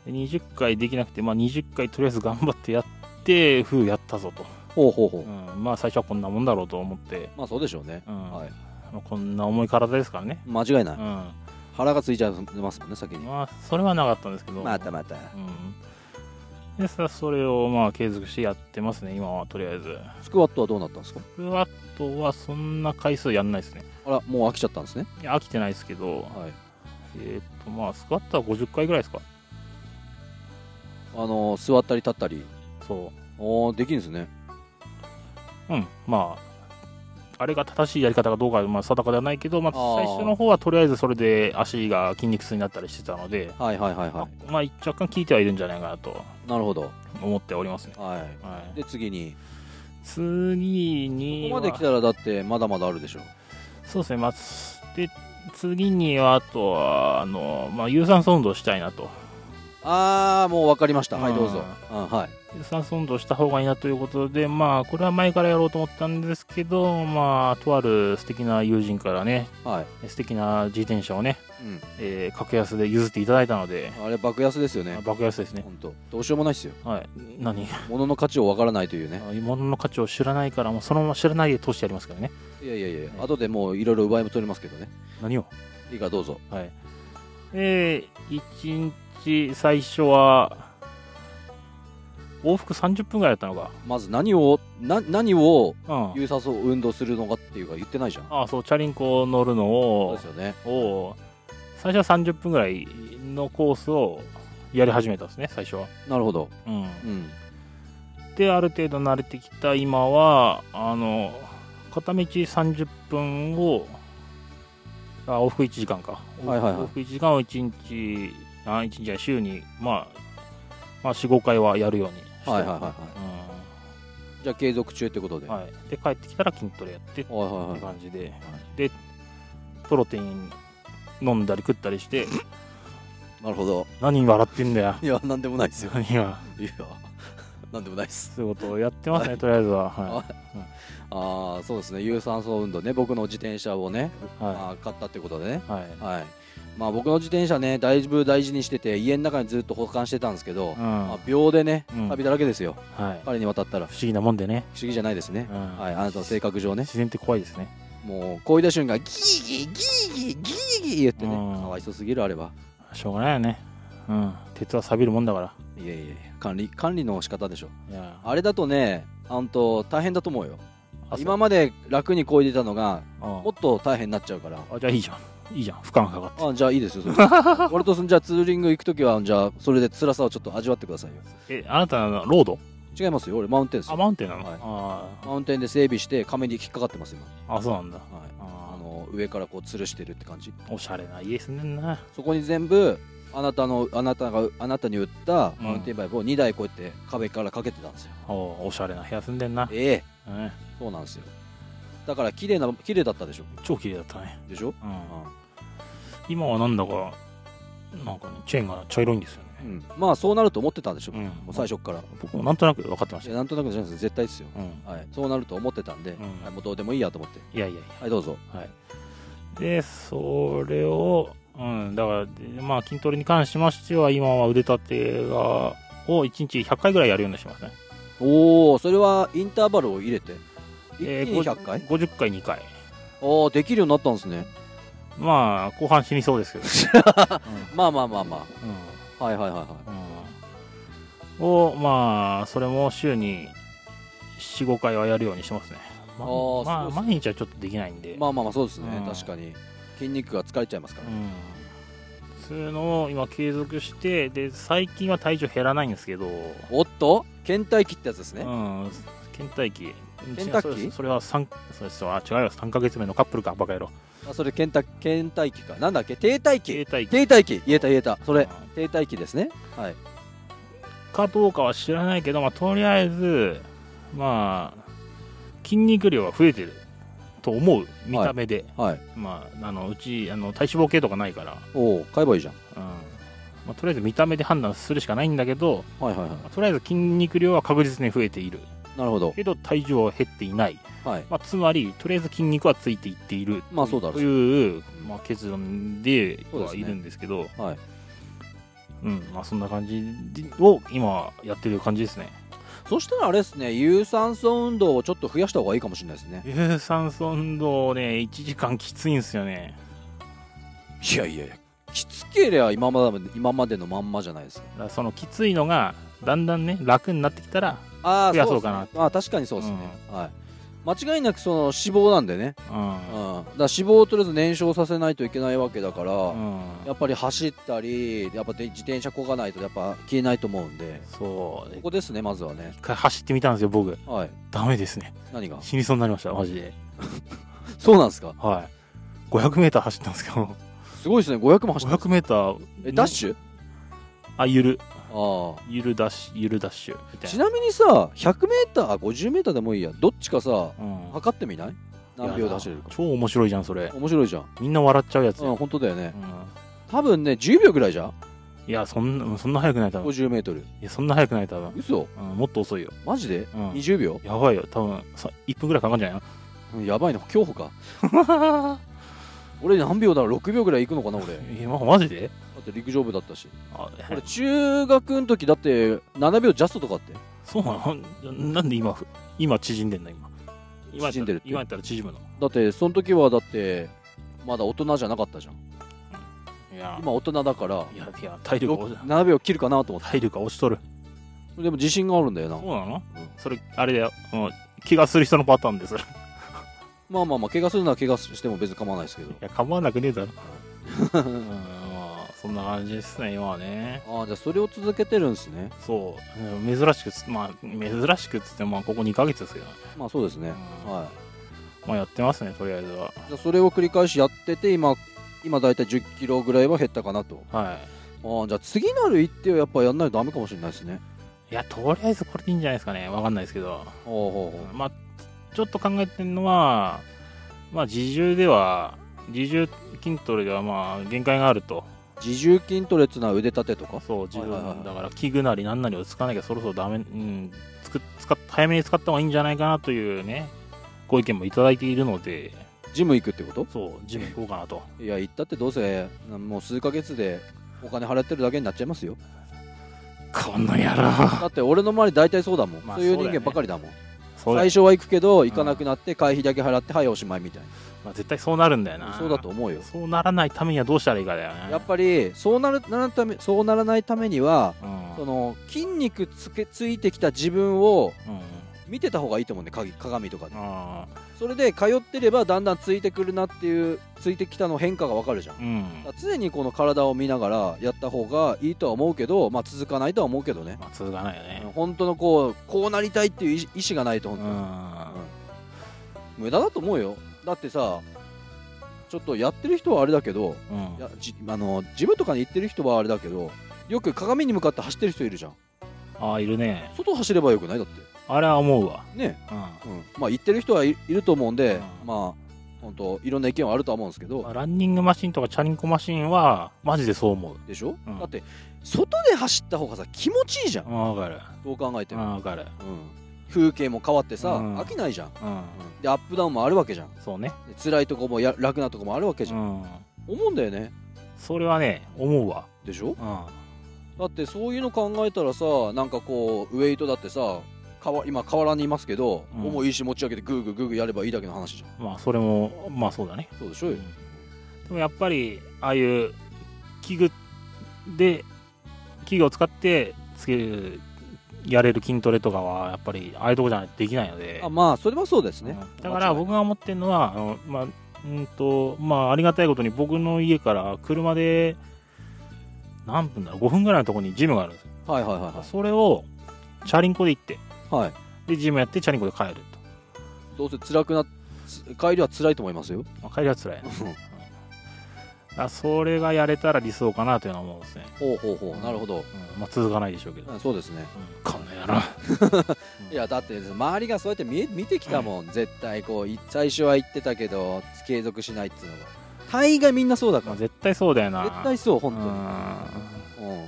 Speaker 2: い、
Speaker 1: で20回できなくて、まあ、20回とりあえず頑張ってやって、ふうやったぞと、
Speaker 2: ほうほうほう、
Speaker 1: うん。まあ最初はこんなもんだろうと思って、
Speaker 2: まあそうでしょうね、
Speaker 1: うん
Speaker 2: はい
Speaker 1: まあこんな重い体ですからね。
Speaker 2: 間違いない、
Speaker 1: うん
Speaker 2: 腹がついちゃいますもんね先に、
Speaker 1: まあ、それはなかったんですけど。
Speaker 2: またまた
Speaker 1: うん、でさそれをまあ継続してやってますね今はとりあえず
Speaker 2: スクワットはどうなったんですか
Speaker 1: スクワットはそんな回数やんないですね
Speaker 2: あらもう飽きちゃったんですね
Speaker 1: いや飽きてないですけど
Speaker 2: はい
Speaker 1: えーっと、まあ、スクワットは50回ぐらいですか。
Speaker 2: あの座ったり立ったり
Speaker 1: そ
Speaker 2: おーできるんですね
Speaker 1: う。うん。まあ、あれが正しいやり方かどうかは、まあ、定かではないけど、まあ、
Speaker 2: あー
Speaker 1: 最初の方はとりあえずそれで足が筋肉痛になったりしてたので、
Speaker 2: はいはいはいは
Speaker 1: まあ、若干効いてはいるんじゃないかなと
Speaker 2: いなるほど
Speaker 1: 思っておりますね。
Speaker 2: は
Speaker 1: はいい、
Speaker 2: で次に
Speaker 1: 次
Speaker 2: ここ
Speaker 1: には
Speaker 2: まで来たらだってまだまだあるでしょ
Speaker 1: そうですね、まあ、つで次にはあとはあの、まあ、有酸素運動をしたいなと
Speaker 2: ああもう分かりましたはい
Speaker 1: うん
Speaker 2: どうぞ、うん、はい
Speaker 1: 有酸素運動をした方がいいなということで、まあ、これは前からやろうと思ったんですけど、まあ、とある素敵な友人からね
Speaker 2: はい、
Speaker 1: 素敵な自転車をね、
Speaker 2: う
Speaker 1: えー格安で譲っていただいたので、
Speaker 2: ん、あれ爆安ですよね
Speaker 1: あ爆安ですね、
Speaker 2: 本当どうしようもないですよ
Speaker 1: はい、何
Speaker 2: 物の価値を分からないというね
Speaker 1: 物の価値を知らないからもうそのまま知らないで通してやりますからね
Speaker 2: いやいやいや
Speaker 1: はい
Speaker 2: 後でもういろいろ奪いも取れますけどね
Speaker 1: 何を
Speaker 2: いいからどうぞ
Speaker 1: はい。で、1日最初は、往復30分ぐらいだったのか。
Speaker 2: まず何をな何を
Speaker 1: うん。
Speaker 2: 有酸素運動するのかっていうか言ってないじゃん
Speaker 1: あそう、チャリンコ乗るの
Speaker 2: そう
Speaker 1: を
Speaker 2: です、よね
Speaker 1: を最初は30分ぐらいのコースをやり始めたんですね、最初は。
Speaker 2: なるほど
Speaker 1: うん。
Speaker 2: うん
Speaker 1: で、ある程度慣れてきた今は、あの、片道30分を、あ往復1時間か。
Speaker 2: はいはいはい
Speaker 1: 往復1時間を1日、あ、1日は週に、まあ、まあ、4、5回はやるようにしてますね
Speaker 2: はいはいはいはいじゃあ継続中ってことで、
Speaker 1: うんはい。で、帰ってきたら筋トレやってっ
Speaker 2: はいはいは
Speaker 1: て
Speaker 2: い
Speaker 1: 感じで、で、プロテイン飲んだり食ったりして、
Speaker 2: なるほど
Speaker 1: 何笑ってんだよ。
Speaker 2: いやなんでもないですよ
Speaker 1: 何が。
Speaker 2: いやなんでもないです
Speaker 1: そういうことをやってますね、とりあえずは。は
Speaker 2: ああそうですね有酸素運動ね僕の自転車をね、
Speaker 1: い。
Speaker 2: あ
Speaker 1: は
Speaker 2: ー買ったってことでね
Speaker 1: い。はい。
Speaker 2: はいまあ僕の自転車ねだいぶ大事にしてて家の中にずっと保管してたんですけど、
Speaker 1: うん
Speaker 2: まあ、秒でね
Speaker 1: うん
Speaker 2: カビだらけですよ、
Speaker 1: はい。
Speaker 2: 彼に渡ったら不
Speaker 1: 不思議なもんでね。
Speaker 2: 思議じゃないですね、
Speaker 1: うん
Speaker 2: はい、あなたの性格上ね
Speaker 1: 自然って怖いですね。
Speaker 2: もうこういった瞬間ギーギーギーギーギーギー言ってね
Speaker 1: うん
Speaker 2: かわいそうすぎるあれは
Speaker 1: しょうがないよね。うん。鉄は錆びるもんだから。
Speaker 2: いやいや管理管理の仕方でしょ
Speaker 1: いや
Speaker 2: あれだとねあんと大変だと思うよ
Speaker 1: あ
Speaker 2: 今まで楽にこいでたのが
Speaker 1: あ
Speaker 2: もっと大変になっちゃうから
Speaker 1: あじゃあいいじゃん。いいじゃん。負荷がかかって。
Speaker 2: あじゃあいいですよそれ 俺とそんじゃあツーリング行く時はじゃあそれで辛さをちょっと味わってくださいよ
Speaker 1: え、あなたのロード
Speaker 2: 違いますよ俺マウンテンです
Speaker 1: あ、
Speaker 2: よ
Speaker 1: マウンテンなの、
Speaker 2: はい
Speaker 1: あ
Speaker 2: マウンテンで整備して亀に引っかかってます今、
Speaker 1: ああ、そうなんだ。
Speaker 2: はい、あ
Speaker 1: あ
Speaker 2: の上からこう吊るしてるって感じ
Speaker 1: おしゃれな家住んでんな。
Speaker 2: そこに全部あなたのあなたがあなたに売ったマウンテンバイクを2台こうやって壁からかけてたんですよ、
Speaker 1: おおしゃれな部屋住んでんな。
Speaker 2: ええ
Speaker 1: うん
Speaker 2: そうなんですよだから綺麗な綺麗だったでしょ
Speaker 1: 超綺麗だったね。
Speaker 2: でしょ、
Speaker 1: う。
Speaker 2: うんん
Speaker 1: 今はなんだか、なんかね、チェーンが茶色いんですよね。
Speaker 2: まあそうなると思ってたんでしょ、
Speaker 1: うん
Speaker 2: もう最初から
Speaker 1: 僕もなんとなく分かってまし
Speaker 2: い
Speaker 1: た
Speaker 2: や
Speaker 1: よ。
Speaker 2: なんとなくじゃないです絶対ですよ、
Speaker 1: うん。
Speaker 2: はい、そうなると思ってたんで、
Speaker 1: うん
Speaker 2: はいもうどうでもいいやと思って
Speaker 1: いやいやいや。
Speaker 2: はいどうぞ
Speaker 1: はい、でそれを、うん、だからで、まあ、筋トレに関しましては今は腕立てがを1日100回ぐらいやるようにしてますね、
Speaker 2: おおそれはインターバルを入れて一気
Speaker 1: えー
Speaker 2: に100回、
Speaker 1: 50回2回
Speaker 2: おおできるようになったんですね
Speaker 1: まあ後半死にそうですけど、
Speaker 2: まあまあまあま
Speaker 1: うんうん
Speaker 2: あはいはいはいはい
Speaker 1: うんをまあそれも週に45回はやるようにしてますねま
Speaker 2: あー
Speaker 1: まあ
Speaker 2: そうですね
Speaker 1: 毎日はちょっとできないんで、
Speaker 2: まあまあまあそうですね、
Speaker 1: うん
Speaker 2: 確かに筋肉が疲れちゃいますから、
Speaker 1: うんそういうのを今継続してで最近は体重減らないんですけど
Speaker 2: おっと倦怠期ってやつですね、
Speaker 1: うん、倦怠期。
Speaker 2: 倦怠期
Speaker 1: 違うそれそれは三、そうですあ、違うよ、三ヶ月目のカップルか、バカ野郎。
Speaker 2: あそれ倦怠倦怠期かなんだっけ停滞期
Speaker 1: 停滞期。
Speaker 2: 停滞期言えた言えたそれ
Speaker 1: う
Speaker 2: 停滞期ですねはい
Speaker 1: んかどうかは知らないけど、まあ、とりあえず、まあ。筋肉量は増えてる。と思う、見た目で、
Speaker 2: はい
Speaker 1: まあ、あの、うち、あの、体脂肪計とかないから。
Speaker 2: おお買えばいいじゃん
Speaker 1: うん。まあ、とりあえず見た目で判断するしかないんだけど、
Speaker 2: はいはいはい
Speaker 1: まあとりあえず筋肉量は確実に増えている
Speaker 2: なるほど
Speaker 1: けど体重は減っていない、
Speaker 2: はい
Speaker 1: まあ、つまりとりあえず筋肉はついていっている
Speaker 2: まあそうだろう
Speaker 1: という、まあ、結論で
Speaker 2: そうですね
Speaker 1: はいるんですけど
Speaker 2: はい
Speaker 1: うんまあ、そんな感じを今はやってる感じですね
Speaker 2: そしたらあれですね有酸素運動をちょっと増やした方がいいかもしれないですね
Speaker 1: 有酸素運動ね1時間きついんですよね
Speaker 2: いやいやいやきつけりゃ今まで今までのまんまじゃないですか
Speaker 1: だからそのきついのがだんだんね楽になってきたら
Speaker 2: ああ
Speaker 1: 増やそうかな
Speaker 2: ああ確かにそうですね、はい間違いなくその脂肪なんでね、うん、だか
Speaker 1: う
Speaker 2: ら脂肪をとりあえず燃焼させないといけないわけだから、
Speaker 1: ん。
Speaker 2: やっぱり走ったりやっぱで自転車こがないとやっぱ消えないと思うんで
Speaker 1: そう。
Speaker 2: こ
Speaker 1: 一
Speaker 2: こですねまずはね
Speaker 1: 回走ってみたんですよ、僕。
Speaker 2: はい
Speaker 1: ダメですね。
Speaker 2: 何が
Speaker 1: 死にそうになりました、マジで。
Speaker 2: そうなんですか
Speaker 1: はい。500メーター走ったんですけど、
Speaker 2: すごいですね500も走った
Speaker 1: 500メーター、
Speaker 2: えダッシュ
Speaker 1: あ、ゆる。
Speaker 2: ああ
Speaker 1: ゆるダッシュ、ゆるダッシュ。みたい
Speaker 2: ち
Speaker 1: な。
Speaker 2: なみにさ 100m50m でもいいやどっちかさ
Speaker 1: うん
Speaker 2: 測ってみない何秒で走れるか
Speaker 1: 超面白いじゃん、それ。
Speaker 2: 面白いじゃん
Speaker 1: みんな笑っちゃうやつ。
Speaker 2: うん本当だよね
Speaker 1: うん
Speaker 2: 多分ね10秒ぐらいじゃん
Speaker 1: いや、そんな、そんな速くない、多分。い
Speaker 2: 50m
Speaker 1: や、そんな速くない、多分。
Speaker 2: 嘘
Speaker 1: うん、もっと遅いよ。
Speaker 2: マジで
Speaker 1: うん。
Speaker 2: 20秒
Speaker 1: やばいよ、多分、さ1分ぐらいかかんじゃない
Speaker 2: うんやばいな競 歩か
Speaker 1: の
Speaker 2: 俺何秒だろう6秒ぐらいいくのかな俺だ
Speaker 1: え、ま、マジで
Speaker 2: って陸上部だったし
Speaker 1: あ、
Speaker 2: 俺中学の時だって7秒ジャストとかあって
Speaker 1: そうなの なんで今、今縮んでんの今。今やったら
Speaker 2: 縮んでるって
Speaker 1: 今やったら縮むの。
Speaker 2: だってその時はだってまだ大人じゃなかったじゃん
Speaker 1: いや、
Speaker 2: 今大人だから
Speaker 1: いや、いや体力が落ち、
Speaker 2: 7秒切るかなと思っ
Speaker 1: 体力が落ちとる。
Speaker 2: てでも自信があるんだよな
Speaker 1: そうなの、
Speaker 2: うん
Speaker 1: それ、あれだよ。もう気がする人のパターンです。い
Speaker 2: まあまあまあ怪我するなら怪我しても別に構わないですけど
Speaker 1: や、構わなくねえだろ。 うん、まあ、そんな感じですね、今はね。
Speaker 2: ああじゃあそれを続けてるんですね
Speaker 1: そう。うん珍しくつ、まあ、珍しくっつっても、まあ、ここ2ヶ月ですけどね。
Speaker 2: まあそうですね
Speaker 1: うん
Speaker 2: は
Speaker 1: まあ、やってますね、とりあえずは。
Speaker 2: いじゃあそれを繰り返しやってて今今大体1 0キロぐらいは減ったかなと
Speaker 1: はい。
Speaker 2: ああじゃあ次なる一手をやっぱやんないとダメかもしれないですね
Speaker 1: いや、とりあえずこれでいいんじゃないですかね。わかんないですけど。
Speaker 2: ほうほうほう
Speaker 1: まあ、ちょっと考えてるのは、まあ、自重では、自重筋トレではまあ、限界があると。
Speaker 2: 自重筋トレっつうのは腕立てとか
Speaker 1: そう、自分、
Speaker 2: はいはいはい
Speaker 1: だから器具なり何なりを使わなきゃそろそろダメ、うん、つく使っ早めに使った方がいいんじゃないかなというね、ご意見もいただいているので、
Speaker 2: ジム行くってこと
Speaker 1: そう、ジム行こうかなと。
Speaker 2: いや行ったってどうせもう数ヶ月でお金払ってるだけになっちゃいますよ
Speaker 1: この野郎
Speaker 2: だって俺の周り大体そうだもん、
Speaker 1: まあ
Speaker 2: そういう
Speaker 1: そう
Speaker 2: 人
Speaker 1: だよね
Speaker 2: 間ばかりだもん
Speaker 1: そうだ
Speaker 2: 最初は行くけど行かなくなって会費だけ払ってはいおしまいみたい
Speaker 1: まあ、絶対そうなるんだよ
Speaker 2: な
Speaker 1: な。
Speaker 2: そうだと。思うよ
Speaker 1: そうならないためにはどうしたらいいかだよね。
Speaker 2: やっぱりそうなるならためそうならないためには
Speaker 1: う
Speaker 2: そ
Speaker 1: ん。
Speaker 2: の筋肉つけついてきた自分を
Speaker 1: うん。
Speaker 2: 見てた方がいいと思うんで鏡鏡とかで
Speaker 1: あ
Speaker 2: それで通ってればだんだんついてくるなっていうついてきたの変化がわかるじゃん
Speaker 1: ーうん
Speaker 2: だか。ら常にこの体を見ながらやった方がいいとは思うけど、まあ、続かないとは思うけどね
Speaker 1: まあ、続かないよね。
Speaker 2: 本当のこうこうなりたいっていう意意思がないと
Speaker 1: う
Speaker 2: 本当に
Speaker 1: ん。
Speaker 2: 無駄だと思うよだってさちょっとやってる人はあれだけど
Speaker 1: うん
Speaker 2: いやじあのジムとかに行ってる人はあれだけどよく鏡に向かって走ってる人いるじゃん
Speaker 1: ああいるね
Speaker 2: 外走ればよくないだって
Speaker 1: あれは思うわ
Speaker 2: ね、
Speaker 1: うん
Speaker 2: うんまあ行ってる人はい、いると思うんで、
Speaker 1: うん
Speaker 2: まあ本当いろんな意見はあるとは思うんですけど、
Speaker 1: まあランニングマシンとかチャリンコマシンはマジでそう思う
Speaker 2: でしょ、
Speaker 1: うん
Speaker 2: だって外で走った方がさ気持ちいいじゃん、
Speaker 1: わかる
Speaker 2: どう考えても、
Speaker 1: わかる
Speaker 2: うん風景も変わってさ、
Speaker 1: うん
Speaker 2: 飽きないじゃん、
Speaker 1: うん
Speaker 2: でアップダウンもあるわけじゃん
Speaker 1: そうね
Speaker 2: で辛いとこもや楽なとこもあるわけじ
Speaker 1: う
Speaker 2: ゃん、
Speaker 1: ん
Speaker 2: 思うんだよね
Speaker 1: それはね思うわ
Speaker 2: でしょ
Speaker 1: うん
Speaker 2: だってそういうの考えたらさなんかこうウエイトだってさかわ今河原にいますけど、
Speaker 1: うん
Speaker 2: 重いし持ち上げてグーグーグーグーやればいいだけの話じゃん
Speaker 1: まあそれもまあそうだね
Speaker 2: そうでしょ
Speaker 1: う
Speaker 2: よ、
Speaker 1: んでもやっぱりああいう器具で器具を使ってつけるやれる筋トレとかはやっぱりああいうとこじゃないとできないので
Speaker 2: あまあそれはそうですね、
Speaker 1: だから僕が思ってるのはあの、まあうんとまあ、ありがたいことに僕の家から車で何分だろう5分ぐらいのところにジムがあるんですよ
Speaker 2: はいはいは
Speaker 1: それをチャリンコで行って
Speaker 2: いはい、はい、
Speaker 1: でジムやってチャリンコで帰ると、
Speaker 2: どうせ辛くなっつ帰りは辛いと思いますよ
Speaker 1: まあ、帰りは辛いねあそれがやれたら理想かなというのは思うんですね、
Speaker 2: ほうほうほうなるほど、
Speaker 1: うんまあ、続かないでしょうけど、
Speaker 2: うんそうですね
Speaker 1: うんこんな野郎
Speaker 2: いやだって周りがそうやって見え見てきたもん絶対こうい最初は言ってたけど継続しないっていうのが大概みんなそうだ
Speaker 1: ま
Speaker 2: か
Speaker 1: あ絶対そうだよ
Speaker 2: ら
Speaker 1: な
Speaker 2: 絶対そう本
Speaker 1: うん
Speaker 2: 当に、うん、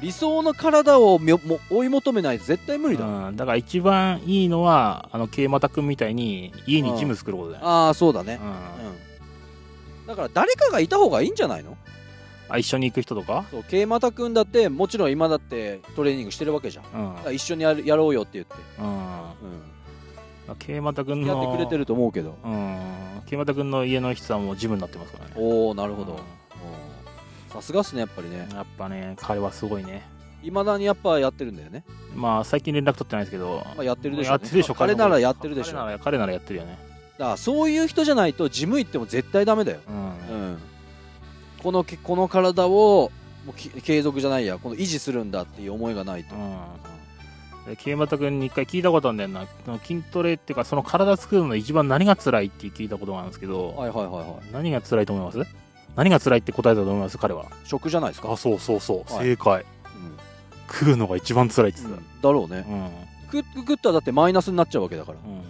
Speaker 2: 理想の体をみょも追い求めないと絶対無理だ、
Speaker 1: うん、だから一番いいのはあの桂又君みたいに家にジム作ることだよ、
Speaker 2: ああそうだね
Speaker 1: う
Speaker 2: うんん、だから誰かがいた方がいいんじゃないの
Speaker 1: あ一緒に行く人とか、
Speaker 2: そう桂又君だってもちろん今だってトレーニングしてるわけじゃんだ
Speaker 1: うん
Speaker 2: から一緒にやるやろうよって言って、
Speaker 1: うん
Speaker 2: う
Speaker 1: 桂又君
Speaker 2: ん、やって
Speaker 1: の
Speaker 2: くれてると思うけど
Speaker 1: うん桂又君の家の人はもうジムになってますからね
Speaker 2: おおなるほど、
Speaker 1: う
Speaker 2: お
Speaker 1: ん
Speaker 2: ーさすがっすねやっぱりね
Speaker 1: やっぱね彼はすごいね
Speaker 2: いまだにやっぱやってるんだよね。
Speaker 1: まあ、最近連絡取ってないですけど、
Speaker 2: まあ、やってるでしょ、ね。
Speaker 1: やってるでしょ、
Speaker 2: 彼ならやってるでしょ。
Speaker 1: 彼
Speaker 2: だ
Speaker 1: な
Speaker 2: から
Speaker 1: 彼ならやってるよね。
Speaker 2: らそういう人じゃないとジム行っても絶対ダメだよ。
Speaker 1: うん。
Speaker 2: うん。このけこの体をもうき継続じゃないや、この維持するんだっていう思いがないと。
Speaker 1: うん。清又君に一回聞いたことあるんだよな。その筋トレっていうか、その体作るの一番何が辛いって聞いたことがあるんですけど、
Speaker 2: はいはいはいはい。
Speaker 1: 何が辛いと思います何が辛いって答えたと思います彼は。
Speaker 2: 食じゃないですか。
Speaker 1: あ、そうそうそう。
Speaker 2: はい
Speaker 1: 正解。
Speaker 2: うん
Speaker 1: 食うのが一番辛いって言ってた。
Speaker 2: だろうね。
Speaker 1: うん。
Speaker 2: 食食ったらだってマイナスになっちゃうわけだから。
Speaker 1: うん。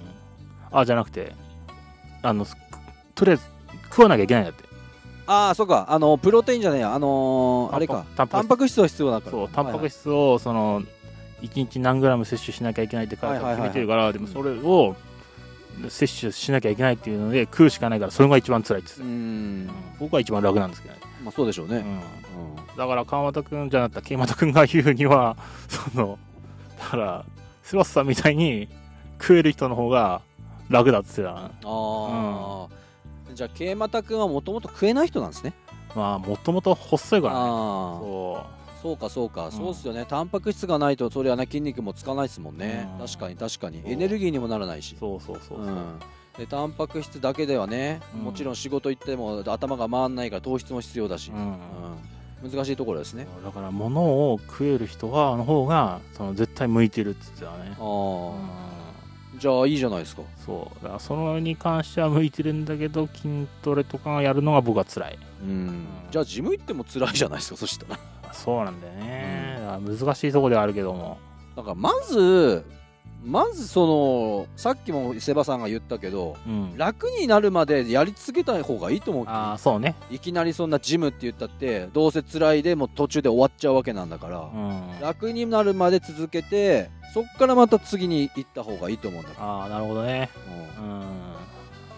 Speaker 1: あ、じゃなくて、あの、すとりあえず食わなきゃいけないんだって。
Speaker 2: ああ、そうか。あの、プロテインじゃねえや。あのーあれか。
Speaker 1: タ
Speaker 2: タ
Speaker 1: ンパ
Speaker 2: ン
Speaker 1: ク
Speaker 2: パク質は必要だから。
Speaker 1: そうタンパク
Speaker 2: 質。
Speaker 1: 質をその1日何グラム摂取しなきゃいけないって会社が決めてるからでもそれを摂取しなきゃいけないっていうので食うしかないからそれが一番辛いって
Speaker 2: う
Speaker 1: 言って
Speaker 2: ん
Speaker 1: た。僕は一番楽なんですけどね、
Speaker 2: まあそうでしょうね。うん
Speaker 1: うんだから川又君じゃなくて桂又君が言うには そのだからスワスさんみたいに食える人の方が楽だっつってたな
Speaker 2: ああ、じゃあ桂又君はもともと食えない人なんですね
Speaker 1: まあもともと細いからね
Speaker 2: ああ
Speaker 1: そ
Speaker 2: そうかそうか、
Speaker 1: ん
Speaker 2: そうっすよねタンパク質がないとそれはね筋肉もつかないですもんね、
Speaker 1: うん
Speaker 2: 確かに確かに
Speaker 1: そう
Speaker 2: エネルギーにもならないし
Speaker 1: うそうそうそうそう、
Speaker 2: んでタンパク質だけではね、
Speaker 1: うん
Speaker 2: もちろん仕事行っても頭が回んないから糖質も必要だし
Speaker 1: う、ん
Speaker 2: うん難しいところですね
Speaker 1: だから物を食える人はの方がその絶対向いてるっつってたね
Speaker 2: あ
Speaker 1: う
Speaker 2: あ、
Speaker 1: ん
Speaker 2: じゃあいいじゃないですか
Speaker 1: そうだからそのに関しては向いてるんだけど筋トレとかやるのが僕は辛い
Speaker 2: うん、じゃあジム行っても辛いじゃないですかそしたら
Speaker 1: そうなんだよね、だから難しいとこではあるけども
Speaker 2: だからまずまずそのさっきもセバさんが言ったけど、
Speaker 1: うん
Speaker 2: 楽になるまでやり続けた方がいいと思う
Speaker 1: ああそうね
Speaker 2: いきなりそんなジムって言ったってどうせ辛いでもう途中で終わっちゃうわけなんだから
Speaker 1: う、んあ
Speaker 2: 楽になるまで続けてそっからまた次に行った方がいいと思うんだか
Speaker 1: あなるほどね
Speaker 2: ら、うん
Speaker 1: うん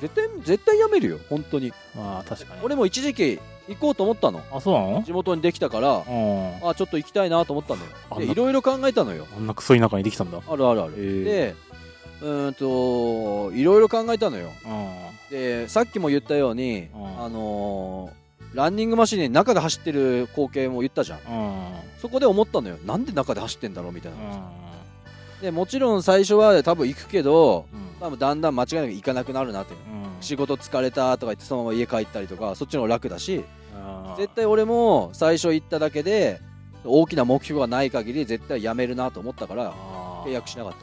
Speaker 2: 絶対絶対やめるよ本当に
Speaker 1: まあ確かに
Speaker 2: 俺も一時期行こうと思ったの
Speaker 1: あそうなの
Speaker 2: 地元にできたから
Speaker 1: うん
Speaker 2: あちょっと行きたいなと思ったんだ
Speaker 1: あ
Speaker 2: よで
Speaker 1: ない
Speaker 2: ろいろ考えたのよ
Speaker 1: あんなクソ田舎にできたんだ
Speaker 2: あるあるある、
Speaker 1: へえ
Speaker 2: でうーんといろいろ考えたのよ
Speaker 1: うん
Speaker 2: でさっきも言ったように、
Speaker 1: うん
Speaker 2: あのーランニングマシンに中で走ってる光景も言ったじゃん
Speaker 1: うん
Speaker 2: そこで思ったのよなんで中で走ってんだろうみたいな、
Speaker 1: うん
Speaker 2: でもちろん最初は多分行くけど
Speaker 1: うん
Speaker 2: 多分だんだん間違いなく行かなくなるなって
Speaker 1: うん
Speaker 2: 仕事疲れたとか言ってそのまま家帰ったりとかそっちの方が楽だし
Speaker 1: あー
Speaker 2: 絶対俺も最初行っただけで大きな目標がない限り絶対やめるなと思ったから
Speaker 1: あー
Speaker 2: 契約しなかっ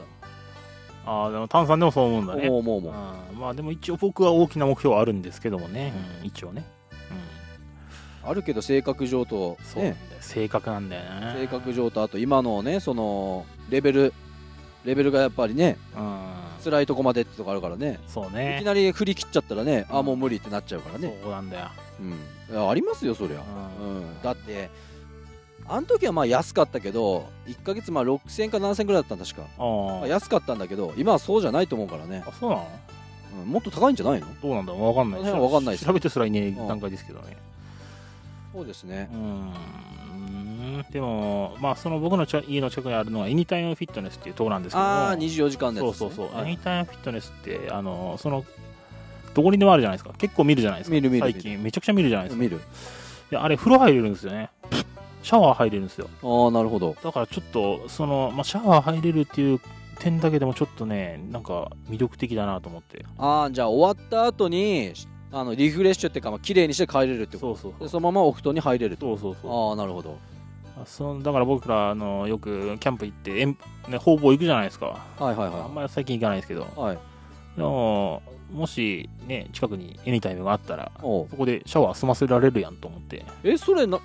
Speaker 1: ああでも炭酸でもそう思うん
Speaker 2: た
Speaker 1: だ
Speaker 2: の
Speaker 1: ね
Speaker 2: 思う思う思う
Speaker 1: うんまあでも一応僕は大きな目標はあるんですけどもね、うん一応ね、
Speaker 2: あるけど性格上と
Speaker 1: うん、そうなん
Speaker 2: ね
Speaker 1: だよ、性格なんだよね
Speaker 2: 性格上とあと今のねそのレベルレベルがやっぱりね
Speaker 1: うん
Speaker 2: 辛いとこまでってとこあるからね
Speaker 1: そう
Speaker 2: いき
Speaker 1: ね
Speaker 2: なり振り切っちゃったらね、
Speaker 1: うん
Speaker 2: あもう無理ってなっちゃうからね
Speaker 1: そうなんだよ、
Speaker 2: うんいやありますよそりゃ、
Speaker 1: う
Speaker 2: うんんだってあの時はまあ安かったけど1ヶ月まあ6000か7000くらいだったん確か、
Speaker 1: あ
Speaker 2: ま
Speaker 1: あ
Speaker 2: あ安かったんだけど今はそうじゃないと思うからね
Speaker 1: あ、そうなの
Speaker 2: うんもっと高いんじゃないの
Speaker 1: どうなんだろうわかんない
Speaker 2: その辺はわかんないです
Speaker 1: 調べてすらいね
Speaker 2: うん
Speaker 1: え段階ですけどね
Speaker 2: そうですね
Speaker 1: うーんでもまあその僕のちょ家の近くにあるのがエニタイムフィットネスっていうところなんですけども
Speaker 2: ああ24時間の
Speaker 1: そ
Speaker 2: やつで
Speaker 1: う
Speaker 2: す
Speaker 1: そ
Speaker 2: ね、
Speaker 1: うそう、
Speaker 2: は
Speaker 1: エニ
Speaker 2: い
Speaker 1: タイムフィットネスってあのそのどこにでもあるじゃないですか結構見るじゃないですか
Speaker 2: 見る見る
Speaker 1: 最近めちゃくちゃ見るじゃないですか
Speaker 2: 見る
Speaker 1: であれ風呂入れるんですよねシャワー入れるんですよ
Speaker 2: ああなるほど
Speaker 1: だからちょっとその、まあ、シャワー入れるっていう点だけでもちょっとねなんか魅力的だなと思って
Speaker 2: ああじゃあ終わった後にあのリフレッシュっていうかまあ綺麗にして帰れるってこ
Speaker 1: そうそう
Speaker 2: と
Speaker 1: そ
Speaker 2: で
Speaker 1: う
Speaker 2: そのままお布団に入れると
Speaker 1: そうそうそう
Speaker 2: ああなるほど
Speaker 1: そのだから僕らあのよくキャンプ行って遠ね、方々行くじゃないですか
Speaker 2: はいはい
Speaker 1: あん
Speaker 2: は
Speaker 1: まり最近行かないですけど
Speaker 2: いはい
Speaker 1: でももしね近くにエニタイムがあったら
Speaker 2: おう
Speaker 1: そこでシャワー済ませられるやんと思って
Speaker 2: えそれな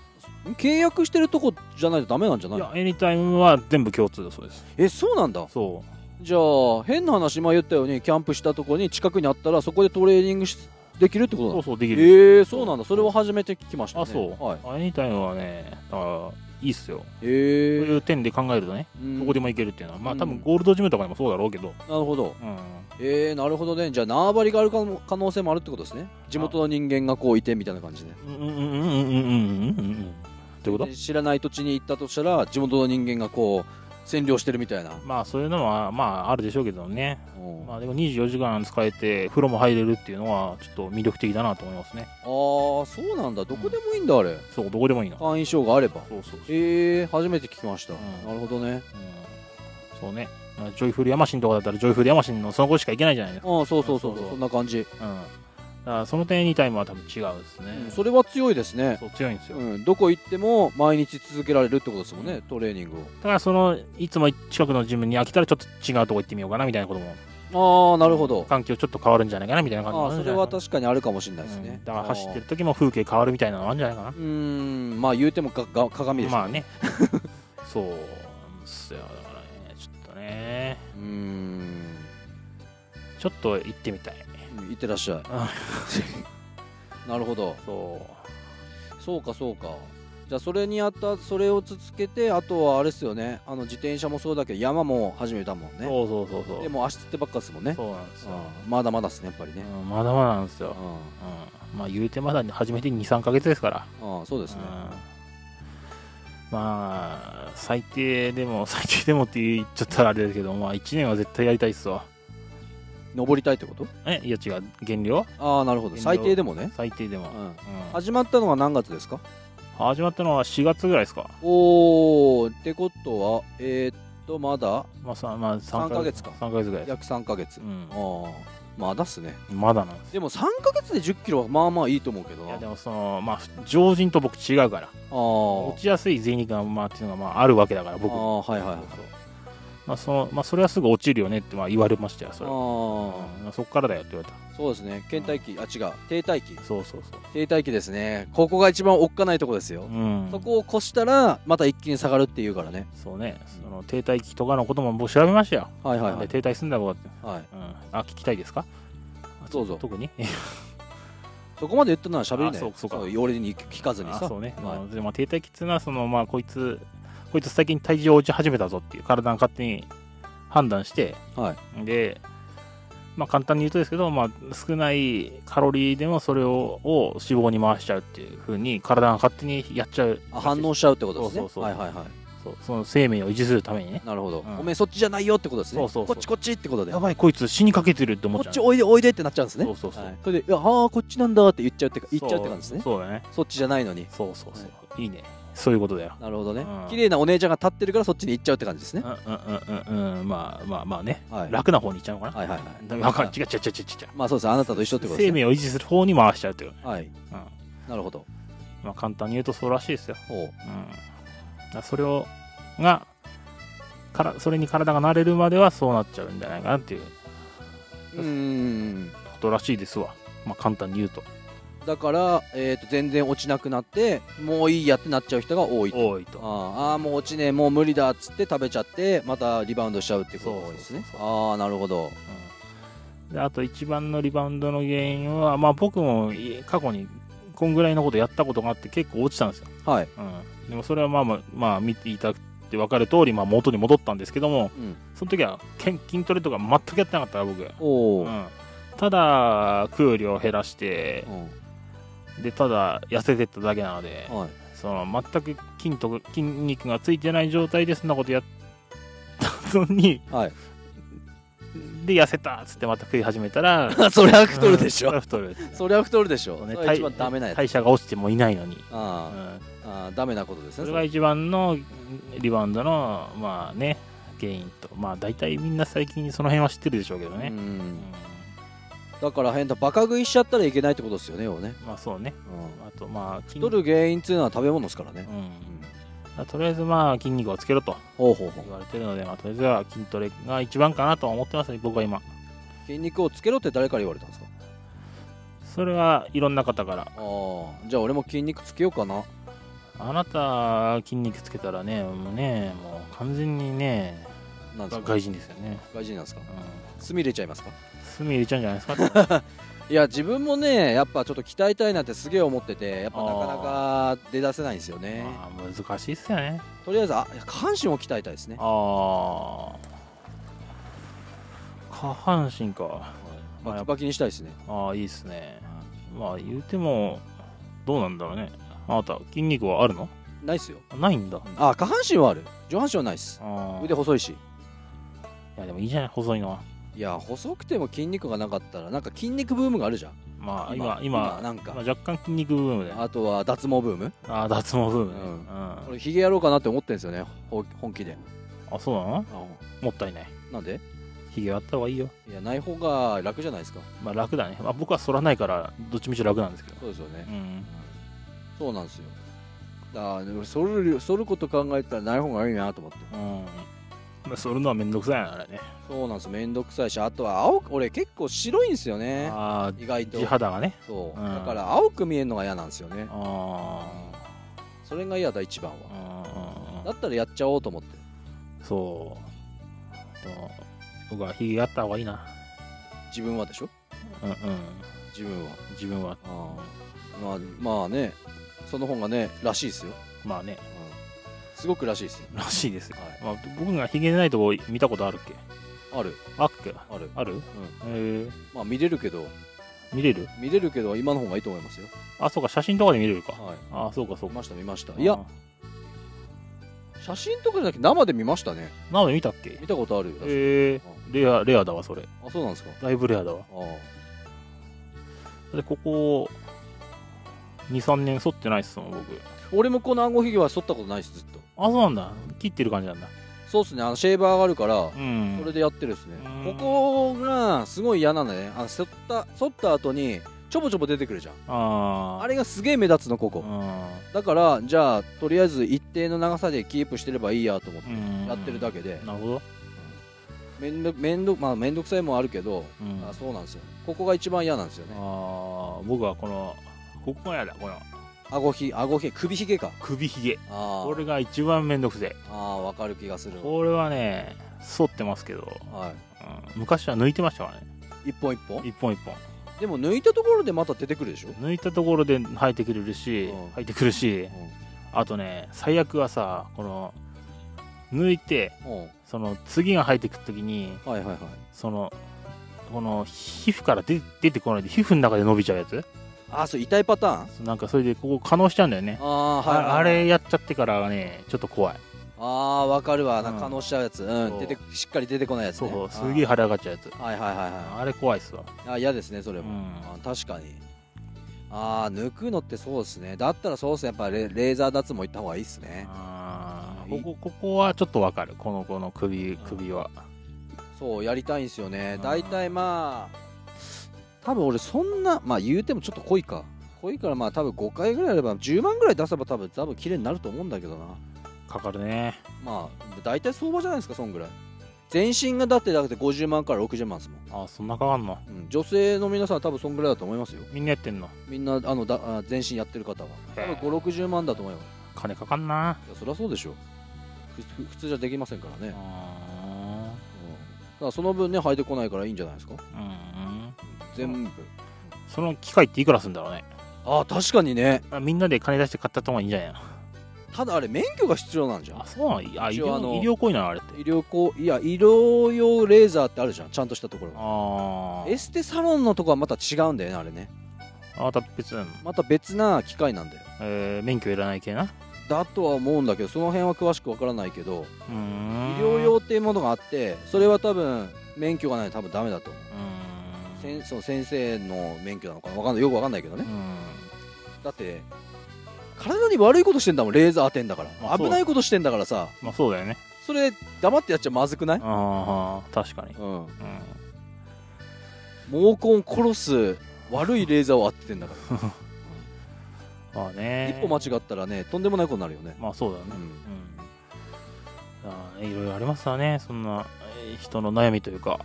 Speaker 2: 契約してるとこじゃないとダメなんじゃないい
Speaker 1: やエニタイムは全部共通だそうです
Speaker 2: えそうなんだ
Speaker 1: そ
Speaker 2: じゃあ変な話今言ったようにキャンプしたとこに近くにあったらそこでトレーニングしできるってこ
Speaker 1: う
Speaker 2: とな
Speaker 1: そ
Speaker 2: の
Speaker 1: うそうできる
Speaker 2: えー、そうなんだそれを初めて聞きました、ね、
Speaker 1: あそう、
Speaker 2: はい
Speaker 1: エニタイムはねだからいいっすよ
Speaker 2: え
Speaker 1: そ
Speaker 2: ー
Speaker 1: ういう点で考えるとね
Speaker 2: うん
Speaker 1: どこでも行けるっていうのは、まあ
Speaker 2: うん
Speaker 1: 多分ゴールドジムとかでもそうだろうけど、
Speaker 2: なるほど
Speaker 1: うん、
Speaker 2: えー、なるほどねじゃあ縄張りがあるかも可能性もあるってことですね地元の人間がこういてみたいな感じで
Speaker 1: うんうんうんうんうんうんうんうんうん。ってこと
Speaker 2: で知らない土地に行ったとしたら地元の人間がこう占領してるみたいな。
Speaker 1: まあそういうのはまああるでしょうけどね。
Speaker 2: うん
Speaker 1: まあでも24時間使えて風呂も入れるっていうのはちょっと魅力的だなと思いますね。
Speaker 2: あーそうなんだどこでもいいんだあれ
Speaker 1: そう、どこでもいいな。
Speaker 2: 会員証があれば
Speaker 1: そうそうそう。
Speaker 2: えー、初めて聞きました、
Speaker 1: ん
Speaker 2: なるほどね
Speaker 1: うんそうね。まあジョイフルヤマシンとかだったらジョイフルヤマシンのその後しか行けないじゃないですか。
Speaker 2: ああそうそうそう
Speaker 1: そう
Speaker 2: そ
Speaker 1: そう
Speaker 2: んな感じ、
Speaker 1: うん。だからその点にタイムは多分違うですね。
Speaker 2: うんそれは強いですね
Speaker 1: そう強いんですよ。
Speaker 2: うん、どこ行っても毎日続けられるってことですもんね、
Speaker 1: うん
Speaker 2: トレーニング
Speaker 1: だからそのいつも近くのジムに飽きたらちょっと違うとこ行ってみようかなみたいなことも
Speaker 2: をああなるほど
Speaker 1: 環境ちょっと変わるんじゃないかなみたいな感じに
Speaker 2: あ
Speaker 1: な
Speaker 2: あ
Speaker 1: るん
Speaker 2: そ
Speaker 1: じ
Speaker 2: れ
Speaker 1: ゃない
Speaker 2: は
Speaker 1: かな
Speaker 2: 確かにあるかもしれないですね
Speaker 1: う、んだから走ってる時も風景変わるみたいなのあるんじゃないかな
Speaker 2: うーんまあ言うてもがが鏡です、
Speaker 1: まあねそうなんですよだからねちょっとね
Speaker 2: うーん
Speaker 1: ちょっと行ってみたい
Speaker 2: いってらっしゃ
Speaker 1: あ
Speaker 2: い なるほど
Speaker 1: そう
Speaker 2: そうかそうかじゃあそれにあったそれを続けてあとはあれですよねあの自転車もそうだけど山も始めたもんね
Speaker 1: そうそうそうそう
Speaker 2: でも足つってばっかですもんね
Speaker 1: そうなんですよ、
Speaker 2: うんまだまだですねやっぱりね、
Speaker 1: うんまだまだなんですよ、
Speaker 2: う
Speaker 1: うん、まあ言うてまだ始めて23ヶ月ですから
Speaker 2: んうん、そうですね、
Speaker 1: うんまあ最低でも 最低でもって言っちゃったらあれですけどまあ1年は絶対やりたいっすわ
Speaker 2: 登りたいってこと
Speaker 1: えいや違う減量
Speaker 2: ああなるほど
Speaker 1: 遠慮
Speaker 2: 最低でもね、
Speaker 1: 最低でも
Speaker 2: う、ん、
Speaker 1: うん、
Speaker 2: 始まったのが何月ですか
Speaker 1: 始まったのは4月ぐらいですか
Speaker 2: おおってことはえー、っとまだ
Speaker 1: まあさ、まあ、3
Speaker 2: 三ヶ月か
Speaker 1: 3ヶ月ぐらいです
Speaker 2: 約3ヶ月、
Speaker 1: うん
Speaker 2: ああまだっすね
Speaker 1: まだなんです
Speaker 2: でも3ヶ月で1 0キロはまあまあいいと思うけど
Speaker 1: い
Speaker 2: な
Speaker 1: やでもそのまあ常人と僕違うから
Speaker 2: あー
Speaker 1: 落ちやすい贅肉がまあっていうのがまああるわけだから
Speaker 2: あ
Speaker 1: 僕
Speaker 2: ーはいはいはい
Speaker 1: そうそうまあそのまあそれはすぐ落ちるよねってまあ言われましたよそれは
Speaker 2: あ
Speaker 1: うんそっからだよって言われた
Speaker 2: あそうですね倦怠期あ違う停滞期
Speaker 1: そうそうそ
Speaker 2: 停滞期ですねここが一番おっかないとこです
Speaker 1: う
Speaker 2: よ、
Speaker 1: うん
Speaker 2: そこを越したらまた一気に下がるっていうからね
Speaker 1: そうねその停滞期とかのことも僕調べましたよ
Speaker 2: はいはい
Speaker 1: なん
Speaker 2: は
Speaker 1: で
Speaker 2: い、
Speaker 1: 停滞するんだろうって
Speaker 2: はい、
Speaker 1: うんあ聞きたいですか
Speaker 2: どうぞ
Speaker 1: 特に
Speaker 2: そこまで言ったなら喋りな
Speaker 1: あ
Speaker 2: い
Speaker 1: そうそうか
Speaker 2: 俺に聞かずに
Speaker 1: あ
Speaker 2: さ
Speaker 1: そうね、
Speaker 2: はい
Speaker 1: うんでまあ停滞期っていうのはその、まあ、こいつこいつ最近体重を落ち始めたぞっていう体が勝手に判断して
Speaker 2: はい
Speaker 1: で、まあ、簡単に言うとですけど、まあ、少ないカロリーでもそれをを脂肪に回しちゃうっていう風に体が勝手にやっちゃう
Speaker 2: あ反応しちゃうってことですね
Speaker 1: そうそうそう
Speaker 2: はいはいは
Speaker 1: そうその生命を維持するためにね
Speaker 2: いなるほど、
Speaker 1: うん
Speaker 2: おめえそっちじゃないよってことですね
Speaker 1: そうそうそう
Speaker 2: こっちこっちってことで
Speaker 1: やばいこいつ死にかけてるって思っ
Speaker 2: こ
Speaker 1: ちゃ
Speaker 2: っ
Speaker 1: う
Speaker 2: ちおいでおいでってなっちゃうんですね
Speaker 1: そうそうそう、
Speaker 2: はいそれで「いやあーこっちなんだ」って言っちゃうってか言っちゃうって感じですねそ
Speaker 1: そうそうだね
Speaker 2: っちじゃないのに
Speaker 1: そうそうそう、い、いねそういうことだよ
Speaker 2: なるほどね
Speaker 1: うん
Speaker 2: 綺麗なお姉ちゃんが立ってるからそっちに行っちゃうって感じです
Speaker 1: う
Speaker 2: ね
Speaker 1: んうんうんうんうんまあまあまあね、
Speaker 2: はい
Speaker 1: 楽な方に行っちゃうのかな、
Speaker 2: はいはいはい
Speaker 1: だから違う違う違う違う違う
Speaker 2: まあそうですねあなたと一緒ってことで
Speaker 1: 生
Speaker 2: すね
Speaker 1: 命を維持する方に回しちゃうという、
Speaker 2: はい
Speaker 1: うん
Speaker 2: なるほど
Speaker 1: まあ、簡単に言うとそうらしいですよ、
Speaker 2: ほう
Speaker 1: うん、だからそれをがからそれに体が慣れるまではそうなっちゃうんじゃないかなっていうこ
Speaker 2: うーん
Speaker 1: とらしいですわ、まあ、簡単に言うと
Speaker 2: だから、えー、と全然落ちなくなってもういいやってなっちゃう人が多いと
Speaker 1: 多いと
Speaker 2: あーあーもう落ちねえもう無理だっつって食べちゃってまたリバウンドしちゃうってことが多いですね
Speaker 1: そうそうそう
Speaker 2: ああなるほど
Speaker 1: うんであと一番のリバウンドの原因は、まあ、僕もい過去にこんぐらいのことやったことがあって結構落ちたんですよ、
Speaker 2: はい、
Speaker 1: うん、でもそれはまあまあ、まあ、見ていただくって分かる通り、まあ、元に戻ったんですけども
Speaker 2: うん、
Speaker 1: その時はけん筋トレとか全くやってなかったから僕
Speaker 2: おお、
Speaker 1: うん、ただ空量を減らして
Speaker 2: う
Speaker 1: でただ痩せてっただけなので
Speaker 2: んはい、
Speaker 1: その全く筋と筋肉がついてない状態でそんなことやったのに
Speaker 2: はい、
Speaker 1: で痩せたっつってまた食い始めたら
Speaker 2: そりゃ 太るでしょ、
Speaker 1: うん太る
Speaker 2: そりゃ太るでしょ、
Speaker 1: そう
Speaker 2: ね、
Speaker 1: ね
Speaker 2: それが一番ダメなやつ、
Speaker 1: 代謝が落ちてもいないのに、う
Speaker 2: あ
Speaker 1: ん、
Speaker 2: ーあーダメなことです
Speaker 1: そ
Speaker 2: ね
Speaker 1: れが一番のリバウンドのまあね原因とまあ大体みんな最近その辺は知ってるでしょうけど
Speaker 2: それ
Speaker 1: ね
Speaker 2: う、
Speaker 1: うん
Speaker 2: んだから変だバカ食いしちゃったらいけないってことですよね要はね、
Speaker 1: まあそうね
Speaker 2: うん、
Speaker 1: あとまあ筋
Speaker 2: 太る原因っていうのは食べ物ですからね
Speaker 1: う、んまあとりあえずまあ筋肉をつけろと
Speaker 2: ほうほうほう
Speaker 1: 言われてるので、まあ、とりあえずは筋トレが一番かなとは思ってますね僕は今
Speaker 2: 筋肉をつけろって誰から言われたんですか
Speaker 1: それはいろんな方から
Speaker 2: ああじゃあ俺も筋肉つけようかな
Speaker 1: あなた筋肉つけたらねもうねもう完全にね
Speaker 2: なんですか
Speaker 1: 外人ですよね
Speaker 2: 外人なんですか
Speaker 1: うん
Speaker 2: 炭入れちゃいますか
Speaker 1: 炭入れちゃうんじゃない ですか
Speaker 2: いや自分もねやっぱちょっと鍛えたいなってすげえ思っててやっぱなかなか出だせないんですよね
Speaker 1: まあ難しいっすよね
Speaker 2: とりあえずあ下半身を鍛えたいですね
Speaker 1: ああ下半身か
Speaker 2: バ
Speaker 1: まあや
Speaker 2: キ
Speaker 1: っぱ
Speaker 2: バキにしたいですね
Speaker 1: ああいいっすねまあ言うてもどうなんだろうねあなた筋肉はあるの
Speaker 2: ないっすよ
Speaker 1: あないんだ。
Speaker 2: あ下半身はある上半身はないっす
Speaker 1: あー
Speaker 2: 腕細いし
Speaker 1: いや、でもいいじゃない、細いのは。
Speaker 2: いや細くても筋肉がなかったらなんか筋肉ブームがあるじゃん
Speaker 1: まあ、今、今、
Speaker 2: なんか
Speaker 1: まあ、若干筋肉ブームで。あ
Speaker 2: あとは脱毛ブーム
Speaker 1: あ、脱毛ブームね。
Speaker 2: う
Speaker 1: うんん。あ、
Speaker 2: 俺ヒゲやろうかなって思ってんですよねほ本気で
Speaker 1: そうなの
Speaker 2: あ
Speaker 1: もったいない。
Speaker 2: なんで
Speaker 1: ヒゲあった方がいいよ。
Speaker 2: いやない方が楽じゃないですか
Speaker 1: まあ、楽だね。まあ、僕は剃らないから、どっちみち楽なんですけど。
Speaker 2: そうですよね
Speaker 1: うん。
Speaker 2: そうなんですよだから俺剃る剃ること考えたらない方がいいなと思って
Speaker 1: うん。まあ、剃るのはめんどくさいな、あれね。
Speaker 2: そうなんですめんどくさいしあとは青く俺結構白いんですよね
Speaker 1: ああ、
Speaker 2: 意外と
Speaker 1: 地肌がね。
Speaker 2: そう、
Speaker 1: うん
Speaker 2: だから青く見えるのが嫌なんですよね
Speaker 1: あ
Speaker 2: それが嫌だ一番
Speaker 1: あ。
Speaker 2: は
Speaker 1: うんうんう
Speaker 2: だったらやっちゃおうと思って
Speaker 1: ん。そう。でも僕はヒゲあった方がいいな。
Speaker 2: 自分はでしょ
Speaker 1: うんうん。
Speaker 2: 自分は
Speaker 1: 自分は。
Speaker 2: ああまあまあねその本がねらしいですよ、
Speaker 1: まあね
Speaker 2: うん、すごくらしいですよ
Speaker 1: らしいですよ、
Speaker 2: はい
Speaker 1: まあ、僕がヒゲないとこ見たことあるっけ
Speaker 2: ある
Speaker 1: あっけ
Speaker 2: ある
Speaker 1: ある、へえ
Speaker 2: まあ見れるけど
Speaker 1: 見れる
Speaker 2: 見れるけど今の方がいいと思いますよ
Speaker 1: あそうか写真とかで見れるか、
Speaker 2: はい
Speaker 1: あそうかそう
Speaker 2: 見
Speaker 1: か
Speaker 2: ました見ました
Speaker 1: あ
Speaker 2: いや写真とかじゃなくて生で見ましたね
Speaker 1: 生で見たっけ
Speaker 2: 見たことあるよ確か
Speaker 1: へえレアレアだわそれ
Speaker 2: あそうなんですか
Speaker 1: だいぶレアだわ
Speaker 2: ああ
Speaker 1: でここ23年剃ってないっすもん僕
Speaker 2: 俺もこの顎ひげは剃ったことないですずっと
Speaker 1: あそうなんだ切ってる感じなんだ
Speaker 2: そうっすねあのシェーバーがあるから
Speaker 1: う
Speaker 2: そ
Speaker 1: ん
Speaker 2: れでやってるですね
Speaker 1: うん
Speaker 2: ここがすごい嫌なのねあの剃った剃った後にちょぼちょぼ出てくるじゃん
Speaker 1: あー
Speaker 2: あれがすげえ目立つのここ
Speaker 1: う
Speaker 2: だからじゃあとりあえず一定の長さでキープしてればいいやと思って
Speaker 1: ん
Speaker 2: やってるだ
Speaker 1: け
Speaker 2: けで
Speaker 1: なるほど、
Speaker 2: めんどめんどまあめんどくさいもあるけど
Speaker 1: うん、
Speaker 2: あそうなんですよここが一番嫌なんですよね
Speaker 1: あー僕はこのここがやだこの
Speaker 2: 顎ひ顎ひげ首ひげか
Speaker 1: 首ひげ
Speaker 2: あ
Speaker 1: こ
Speaker 2: ー
Speaker 1: れが一番めんどくせえ
Speaker 2: あーわかる気がする
Speaker 1: これはね剃ってますけど、
Speaker 2: は
Speaker 1: うん昔は抜いてましたからね
Speaker 2: い一本一本
Speaker 1: 一本一本
Speaker 2: でも抜いたところでまた出てくるでしょ
Speaker 1: 抜いたところで生えてくれるし、
Speaker 2: うん
Speaker 1: 生えてくるしあとね最悪はさこの抜いて
Speaker 2: うんうん
Speaker 1: その次が生えてくる時に
Speaker 2: はいはいはい
Speaker 1: そのこの皮膚から出出てこないで皮膚の中で伸びちゃうやつ
Speaker 2: ああそう痛いパターン
Speaker 1: なんかそれでここ可能しちゃうんだよね
Speaker 2: ああはいはいはい
Speaker 1: ああれやっちゃってからはねちょっと怖い
Speaker 2: あーわかるわなん
Speaker 1: うん
Speaker 2: か可能しちゃうやつう
Speaker 1: そ
Speaker 2: ん
Speaker 1: う
Speaker 2: 出てしっかり出てこないやつ
Speaker 1: そ
Speaker 2: ね
Speaker 1: うそうすげえ
Speaker 2: あー
Speaker 1: 腫れ上がっちゃうやつ
Speaker 2: はいはいはいは
Speaker 1: あれ怖いっすわ
Speaker 2: いあ嫌ですねそれ
Speaker 1: う
Speaker 2: も
Speaker 1: ん
Speaker 2: あ確かにああ抜くのってそうですねだったらそうですねやっぱレレーザー脱毛行った方がいいですね
Speaker 1: あー
Speaker 2: いい
Speaker 1: ここここはちょっとわかるこの子の首首は
Speaker 2: そうやりたいんですよね
Speaker 1: うん
Speaker 2: 大体まあ多分俺そんなまあ言うてもちょっと濃いか濃いからまあ多分5回ぐらいあれば10万ぐらい出せば多分多分綺麗になると思うんだけどな
Speaker 1: かかるね
Speaker 2: まあ大体相場じゃないですかそんぐらい全身がだってだって50万から60万ですもん
Speaker 1: あそんなかかんの
Speaker 2: うん女性の皆さんは多分そんぐらいだと思いますよ
Speaker 1: みんなやってんの
Speaker 2: みんなあのだあ全身やってる方は
Speaker 1: へえ
Speaker 2: 多分560万だと思います
Speaker 1: 金かかんない
Speaker 2: やそりゃそうでしょふふ普通じゃできませんからね、うん、
Speaker 1: う
Speaker 2: だ
Speaker 1: ん
Speaker 2: からその分ね生えてこないからいいんじゃないですか
Speaker 1: うん
Speaker 2: 全部
Speaker 1: その機械っていくらすんだろうね
Speaker 2: ああ確かにね
Speaker 1: あみんなで金出して買ったとがいいんじゃないの
Speaker 2: ただあれ免許が必要なんじゃん
Speaker 1: あそうなのいあ医
Speaker 2: 一応あの
Speaker 1: 療医療行為なのあれって
Speaker 2: 医療こいや医療用レーザーってあるじゃんちゃんとしたところが
Speaker 1: あー
Speaker 2: エステサロンのとこはまた違うんだよねあれね
Speaker 1: あまた別なの、
Speaker 2: また別な機械なんだよ
Speaker 1: えー免許いらない系な
Speaker 2: だとは思うんだけどその辺は詳しくわからないけど
Speaker 1: う
Speaker 2: 医
Speaker 1: ん
Speaker 2: 療用っていうものがあってそれは多分免許がないと多分ダメだと思う
Speaker 1: う
Speaker 2: せ
Speaker 1: ん
Speaker 2: んその先生の免許なのかなわかんないよくわかんないけどね
Speaker 1: うん
Speaker 2: だって体に悪いことしてんだもんレーザー当てんだから、
Speaker 1: まあそう
Speaker 2: 危ないことしてんだからさ
Speaker 1: まあそうだよね
Speaker 2: それ黙ってやっちゃまずくない、
Speaker 1: ああ確かに
Speaker 2: うん、
Speaker 1: うん
Speaker 2: 毛根殺す悪いレーザーを当ててんだから、
Speaker 1: まあね
Speaker 2: 一歩間違ったらねとんでもないことになるよね、
Speaker 1: まあそうだよ
Speaker 2: う
Speaker 1: ね
Speaker 2: ん、
Speaker 1: うん、あーいろいろありますわねそんなえー人の悩みというか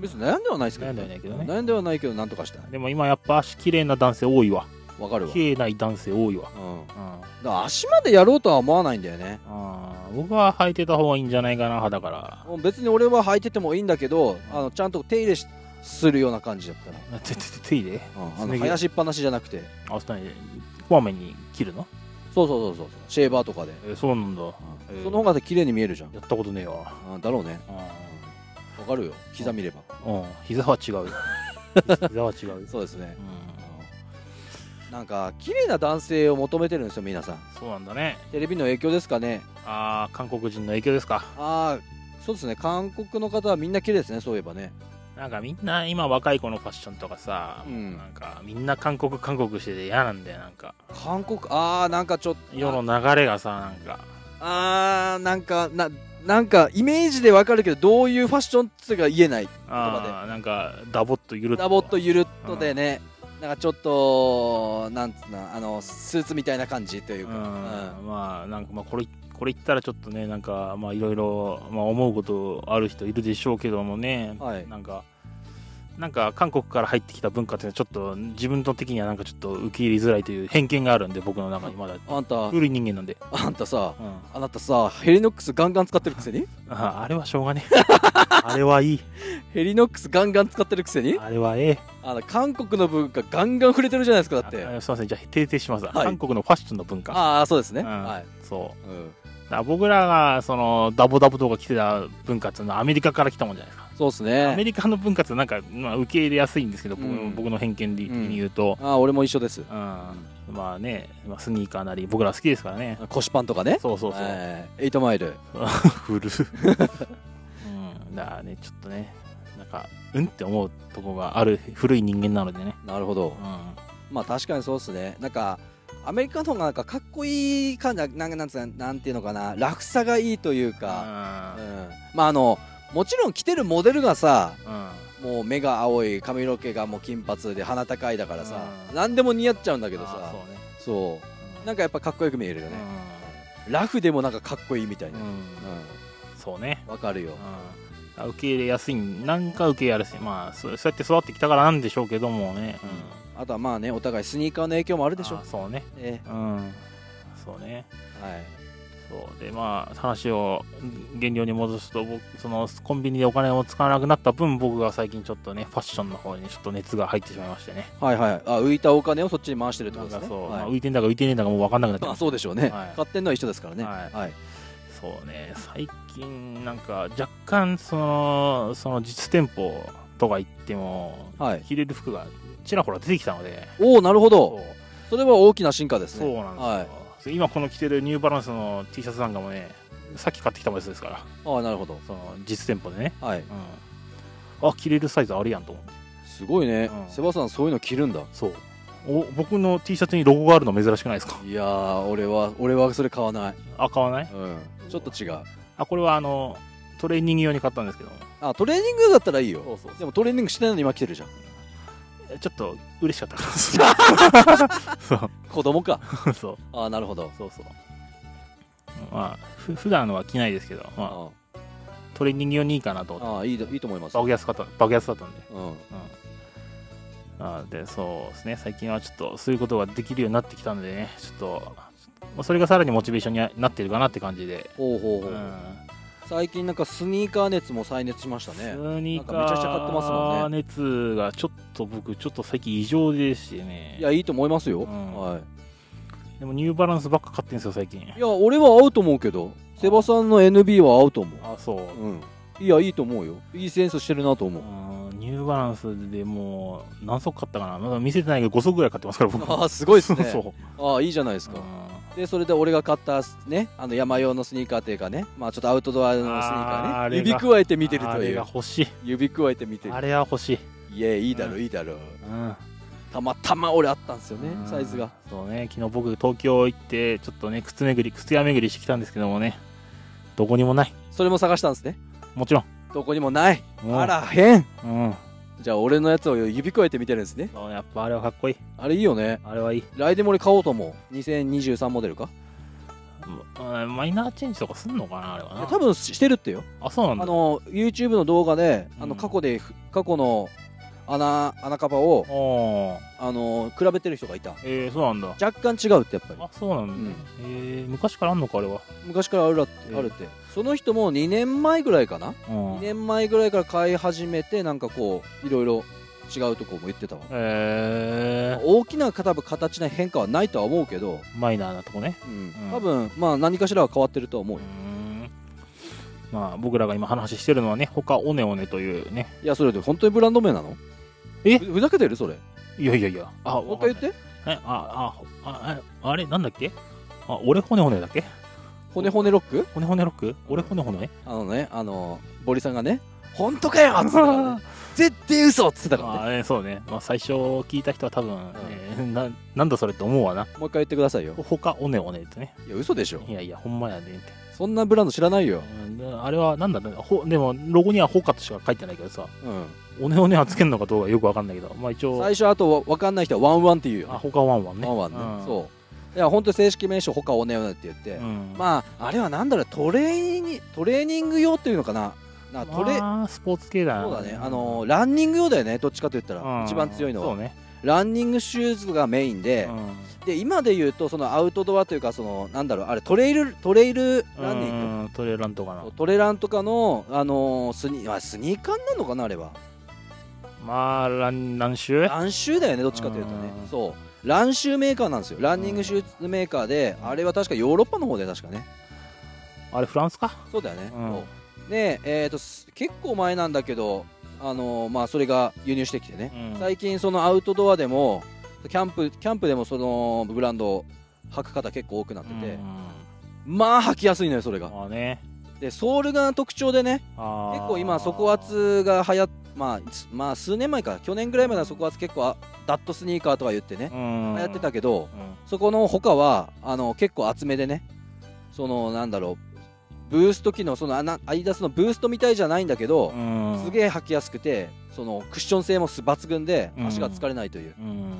Speaker 2: 別に悩んではないですけど、
Speaker 1: 悩んではないけどね
Speaker 2: 悩んではないけどなんとかしたい
Speaker 1: でも今やっぱ足綺麗な男性多いわ
Speaker 2: わかるわ、うん、
Speaker 1: 綺麗ない男性多いわ、
Speaker 2: だ
Speaker 1: うん、
Speaker 2: から足までやろうとは思わないんだよね
Speaker 1: あー僕は履いてた方がいいんじゃないかな派だから
Speaker 2: もう別に俺は履いててもいいんだけどあのちゃんと手入れしするような感じだったら、
Speaker 1: あててて手入れ
Speaker 2: うん、あの
Speaker 1: すね毛
Speaker 2: 生やしっぱなしじゃなくて
Speaker 1: あそにこまめに切るの
Speaker 2: そうそうそうそうシェーバーとかで、
Speaker 1: えーそうなんだや
Speaker 2: うんその方が綺麗に見えるじゃん
Speaker 1: ったことねえわ
Speaker 2: うんだろうね
Speaker 1: う
Speaker 2: わかるよ膝見れば
Speaker 1: んうん膝は違うよ膝は違うよ
Speaker 2: そうですね
Speaker 1: うん
Speaker 2: なんか綺麗な男性を求めてるんですよ皆さん
Speaker 1: そうなんだね。
Speaker 2: テレビの影響ですかね
Speaker 1: ああ、韓国人の影響ですか。
Speaker 2: ああそうですね韓国の方はみんな綺麗ですねそういえばね
Speaker 1: なんかみんな今若い子のファッションとかさ、
Speaker 2: うん
Speaker 1: なんかみんな韓国韓国してて嫌なんだよ、なんか。
Speaker 2: 韓国ああなんかちょっと
Speaker 1: 世の流れがさ、なんか。
Speaker 2: あーなんかななんかイメージでわかるけどどういうファッションっていうか言えない
Speaker 1: ああ、なんかダボっとゆるっと。
Speaker 2: ダボっとゆるっとでね、なんかちょっとなんつうのあのスーツみたいな感じという
Speaker 1: うん
Speaker 2: か、うん
Speaker 1: まあなんかまあこれこれ言ったらちょっとねなんかまあいろいろまあ思うことある人いるでしょうけどもね、
Speaker 2: はい
Speaker 1: なんかなんか韓国から入ってきた文化っていうのはちょっと自分の的にはなんかちょっと受け入れづらいという偏見があるんで僕の中にまだ
Speaker 2: あんた
Speaker 1: 古い人間なんで、
Speaker 2: あんたさ
Speaker 1: うん、あ
Speaker 2: あなたさヘリノックスガンガン使ってるくせに
Speaker 1: あれはしょ うがねえあれはいい
Speaker 2: ヘリノックスガンガン使ってるくせに
Speaker 1: あれはええ
Speaker 2: あの韓国の文化ガンガン触れてるじゃないですかだって
Speaker 1: あすいませんじゃあ訂正します、
Speaker 2: い
Speaker 1: 韓国のファッションの文化
Speaker 2: ああそうですね、
Speaker 1: うん
Speaker 2: はい、
Speaker 1: そう
Speaker 2: うん、
Speaker 1: だから僕らがそのダボダボとか着てた文化っていうのはアメリカから来たもんじゃないですか
Speaker 2: そうです
Speaker 1: アメ
Speaker 2: ね
Speaker 1: リカの文化ってなんか、まあ、受け入れやすいんですけど、僕の
Speaker 2: うん
Speaker 1: 僕の偏見で
Speaker 2: うん
Speaker 1: 言うと、
Speaker 2: ああ俺も一緒です
Speaker 1: うんまあね、まあ、スニーカーなり僕ら好きですからね
Speaker 2: 腰パンとかね
Speaker 1: そうそうそう、
Speaker 2: えーエイトマイル
Speaker 1: 古うんだからねちょっとねなんかうんって思うとこがある古い人間なのでね、
Speaker 2: なるほど
Speaker 1: うん、あ
Speaker 2: まあ確かにそうっすね。なんか、アメリカの方がなんかかっこいい感じ、なんかなんつうのなんていうのかな、ラフさがいいというか、うん。まああの、もちろん着てるモデルがさ、
Speaker 1: うん
Speaker 2: もう目が青い、髪の毛がもう金髪で鼻高いだからさ、
Speaker 1: うん
Speaker 2: 何でも似合っちゃうんだけど
Speaker 1: あ
Speaker 2: さ
Speaker 1: ー、そうね
Speaker 2: そうなんかやっぱかっこよく見えるよ
Speaker 1: う
Speaker 2: ね。
Speaker 1: ん
Speaker 2: ラフでもなんかかっこいいみたいな。
Speaker 1: う
Speaker 2: うん
Speaker 1: んそうね、
Speaker 2: わかるよ
Speaker 1: うん、だ。から受け入れやすいなんか受け入れやすいまあそうそうやって育ってきたからなんでしょうけどもね、うん
Speaker 2: あとはまあね、お互いスニーカーの影響もあるでしょ
Speaker 1: あー。そうね
Speaker 2: え
Speaker 1: うんそうね
Speaker 2: えはい。
Speaker 1: そうでまあ話を原料に戻すと僕そのコンビニでお金を使わなくなった分僕が最近ちょっとねファッションの方にちょっと熱が入ってしまいましてね
Speaker 2: はいはい。あ、浮いたお金をそっちに回してるって
Speaker 1: な
Speaker 2: こ
Speaker 1: ん
Speaker 2: と
Speaker 1: か
Speaker 2: ですね。
Speaker 1: そう、
Speaker 2: はい
Speaker 1: まあ浮いてんだか浮いてねえんだかもう分かんなくなっちゃ
Speaker 2: まあ
Speaker 1: う
Speaker 2: そうでしょうね、
Speaker 1: はい
Speaker 2: 買ってんのは一緒ですからね
Speaker 1: はい
Speaker 2: はい、
Speaker 1: そうね最近なんか若干そのその実店舗とか行っても
Speaker 2: はい
Speaker 1: 着れる服がちらほら出てきたので
Speaker 2: おおなるほ
Speaker 1: そう
Speaker 2: どそれは大きな進化です
Speaker 1: そう
Speaker 2: ね
Speaker 1: なんですよ、そう今この着てるニューバランスの T シャツなんかもねさっき買ってきたもやつですから
Speaker 2: はい、ああなるほど
Speaker 1: その実店舗でね
Speaker 2: はい
Speaker 1: うん、あ着れるサイズあるやんと思って
Speaker 2: すごいね、
Speaker 1: うん
Speaker 2: セバさんそういうの着るんだ
Speaker 1: そうお僕の T シャツにロゴがあるの珍しくないですか
Speaker 2: いやー俺は俺はそれ買わない、
Speaker 1: あ買わない
Speaker 2: うん、ちょっと違う
Speaker 1: あこれはあのトレーニング用に買ったんですけど
Speaker 2: あトレーニングだったらいいよ
Speaker 1: そう
Speaker 2: でもトレーニングしてないのに今着てるじゃん
Speaker 1: ちょっと嬉しかったからそう
Speaker 2: 子供か
Speaker 1: そうそう
Speaker 2: ああなるほど
Speaker 1: そうそうまあふ普段のは着ないですけど、ま
Speaker 2: あ
Speaker 1: あ、トレーニング用にいいかなと思って
Speaker 2: あああいいといいと思います、うん、
Speaker 1: 爆安かった爆安だったんで、
Speaker 2: あ
Speaker 1: うん、あでそうですね最近はちょっとそういうことができるようになってきたのでねちょっとまあそれがさらにモチベーションになってるかなって感じで
Speaker 2: ほうほうほう、
Speaker 1: うん
Speaker 2: 最近なんかスニーカー熱も再熱しました
Speaker 1: ス
Speaker 2: ね
Speaker 1: ニーカ
Speaker 2: なんかめちゃくちゃ買ってますも
Speaker 1: ー熱がちょっと僕ちょっと最近異常でしてね
Speaker 2: いやいいと思いますよ、
Speaker 1: うん
Speaker 2: はい
Speaker 1: でもニューバランスばっか買ってんですよ最近
Speaker 2: いや俺は合うと思うけどセバさんの NB は合うと思う
Speaker 1: あそう、
Speaker 2: うん、いやいいと思うよいいセンスしてるなと思う
Speaker 1: うんニューバランスでもう何足買ったかなまだ見せてないけど5足ぐらい買ってますから僕
Speaker 2: ああすごいっす
Speaker 1: そう
Speaker 2: ね
Speaker 1: そ
Speaker 2: ああいいじゃないです
Speaker 1: う、
Speaker 2: か
Speaker 1: うん、
Speaker 2: でそれで俺が買ったねあの山用のスニーカーっていうかねまあちょっとアウトドアのスニー
Speaker 1: あー
Speaker 2: カ
Speaker 1: あ
Speaker 2: ーね
Speaker 1: れが
Speaker 2: 指くわえて見てる
Speaker 1: あ
Speaker 2: と
Speaker 1: れ
Speaker 2: い
Speaker 1: が
Speaker 2: う
Speaker 1: 欲しい
Speaker 2: 指くわえて見てる
Speaker 1: あれは欲しい、
Speaker 2: いやいいだろ
Speaker 1: う
Speaker 2: いいだろ
Speaker 1: うん
Speaker 2: たまたま俺あったんですよね
Speaker 1: うん
Speaker 2: サイズが
Speaker 1: そうね昨日僕東京行ってちょっとね靴巡り靴屋巡りしてきたんですけどもねどこにもない
Speaker 2: それも探したんですね
Speaker 1: もちろん
Speaker 2: どこにもない
Speaker 1: もう
Speaker 2: あら変
Speaker 1: うん
Speaker 2: じゃあ俺のやつを指くわえて見てるんですね
Speaker 1: そうやっぱあれはかっこいい
Speaker 2: あれいいよね
Speaker 1: あれはいい
Speaker 2: 来年も俺買おうと思う2023モデルか
Speaker 1: うんマイナーチェンジとかすんのかなあれはな
Speaker 2: 多分してるってよ
Speaker 1: あそうなんだ
Speaker 2: あの YouTube の動画であの
Speaker 1: うん
Speaker 2: 過去で、過去の穴穴カバを
Speaker 1: おー
Speaker 2: あの比べてる人がいた
Speaker 1: えー、そうなんだ
Speaker 2: 若干違うってやっぱり
Speaker 1: あそうなんだ、ねえー昔からあんのかあれは、
Speaker 2: 昔からあるらって
Speaker 1: えー
Speaker 2: あるってその人も2年前ぐらいかな
Speaker 1: うん
Speaker 2: 2年前ぐらいから買い始めてなんかこういろいろ違うとこも言ってたわ
Speaker 1: えー、
Speaker 2: 大きな多分形の変化はないとは思うけど、
Speaker 1: マイナーなとこね
Speaker 2: うん
Speaker 1: うん
Speaker 2: 多分まあ何かしらは変わってるとは思
Speaker 1: う
Speaker 2: うよ
Speaker 1: んまあ僕らが今話してるのはね他オネオネというね
Speaker 2: いやそれで本当にブランド名なの
Speaker 1: え
Speaker 2: ふふざけてるそれ
Speaker 1: いやいやいやあ
Speaker 2: もう一回
Speaker 1: わかんない
Speaker 2: 言って
Speaker 1: え、あ、あ、あ、ああれ、なんだっけあ、俺骨骨だっけ
Speaker 2: 骨骨ロック
Speaker 1: 骨骨ロック俺骨骨
Speaker 2: あのね、あの、ボリさんがね、本当かよっつってたから ね絶対嘘っつってたから
Speaker 1: ま
Speaker 2: ね。
Speaker 1: あね、そうね。まあ、最初聞いた人は多分、えーな、なんだそれって思うわな。
Speaker 2: もう一回言ってくださいよ。
Speaker 1: 他、おねおねってね。
Speaker 2: いや、嘘でしょ。
Speaker 1: いやいや、ほんまやねって。
Speaker 2: そんなブランド知らないよ。
Speaker 1: うんあれは、なんだろうね。ほでも、ロゴにはほかとしか書いてないけどさ、
Speaker 2: うん。
Speaker 1: おねおねはつけんのかどうかよくわかんないけど、まあ一応、
Speaker 2: 最初、あと、わかんない人はワンワンって言うよ
Speaker 1: あ、
Speaker 2: ね。
Speaker 1: ほかワンワンね。
Speaker 2: ワンワンね。
Speaker 1: うん
Speaker 2: そう。いや、本当に正式名称、他おねおねって言って。
Speaker 1: うん
Speaker 2: まあ、あれはなんだろう、トレーニング、トレーニング用っていうのかな。なトレ、
Speaker 1: まあスポーツ系だな
Speaker 2: そうだね。あの、ランニング用だよね。どっちかと言った
Speaker 1: うん
Speaker 2: ら。一番強いの
Speaker 1: そう
Speaker 2: は。
Speaker 1: ね、
Speaker 2: ランニングシューズがメインで。で今で言うとそのアウトドアというかそのなんだろうあれトレイルトレイルランニング
Speaker 1: ングトレランとかな
Speaker 2: トレランとかのあのースニあスニーカーなのかなあれは
Speaker 1: まあラン何周
Speaker 2: ランシューだよねどっちかというとね
Speaker 1: うん
Speaker 2: そうランシューメーカーなんですよランニングシューズメーカーであれは確かヨーロッパの方で確かね
Speaker 1: あれフランスか
Speaker 2: そうだよね、
Speaker 1: うん
Speaker 2: そうでえー、とす結構前なんだけどあのーまあそれが輸入してきてね、
Speaker 1: うん
Speaker 2: 最近そのアウトドアでもキャンプキャンプでもそのブランドを履く方結構多くなってて
Speaker 1: うん、
Speaker 2: まあ履きやすいのよそれが
Speaker 1: まあね
Speaker 2: でソールが特徴でね
Speaker 1: あー
Speaker 2: 結構今底厚が流行っまあ、すまあ数年前か去年ぐらいまでは底厚結構あダットスニーカーとか言ってね
Speaker 1: う、
Speaker 2: 流
Speaker 1: ん
Speaker 2: 行ってたけど
Speaker 1: うん
Speaker 2: そこの他はあの結構厚めでねそのなんだろうブースト機能そのあなアイダスのブーストみたいじゃないんだけど、
Speaker 1: うん
Speaker 2: すげえ履きやすくてそのクッション性もす抜群で
Speaker 1: うん
Speaker 2: 足が疲れないという、
Speaker 1: う
Speaker 2: うんん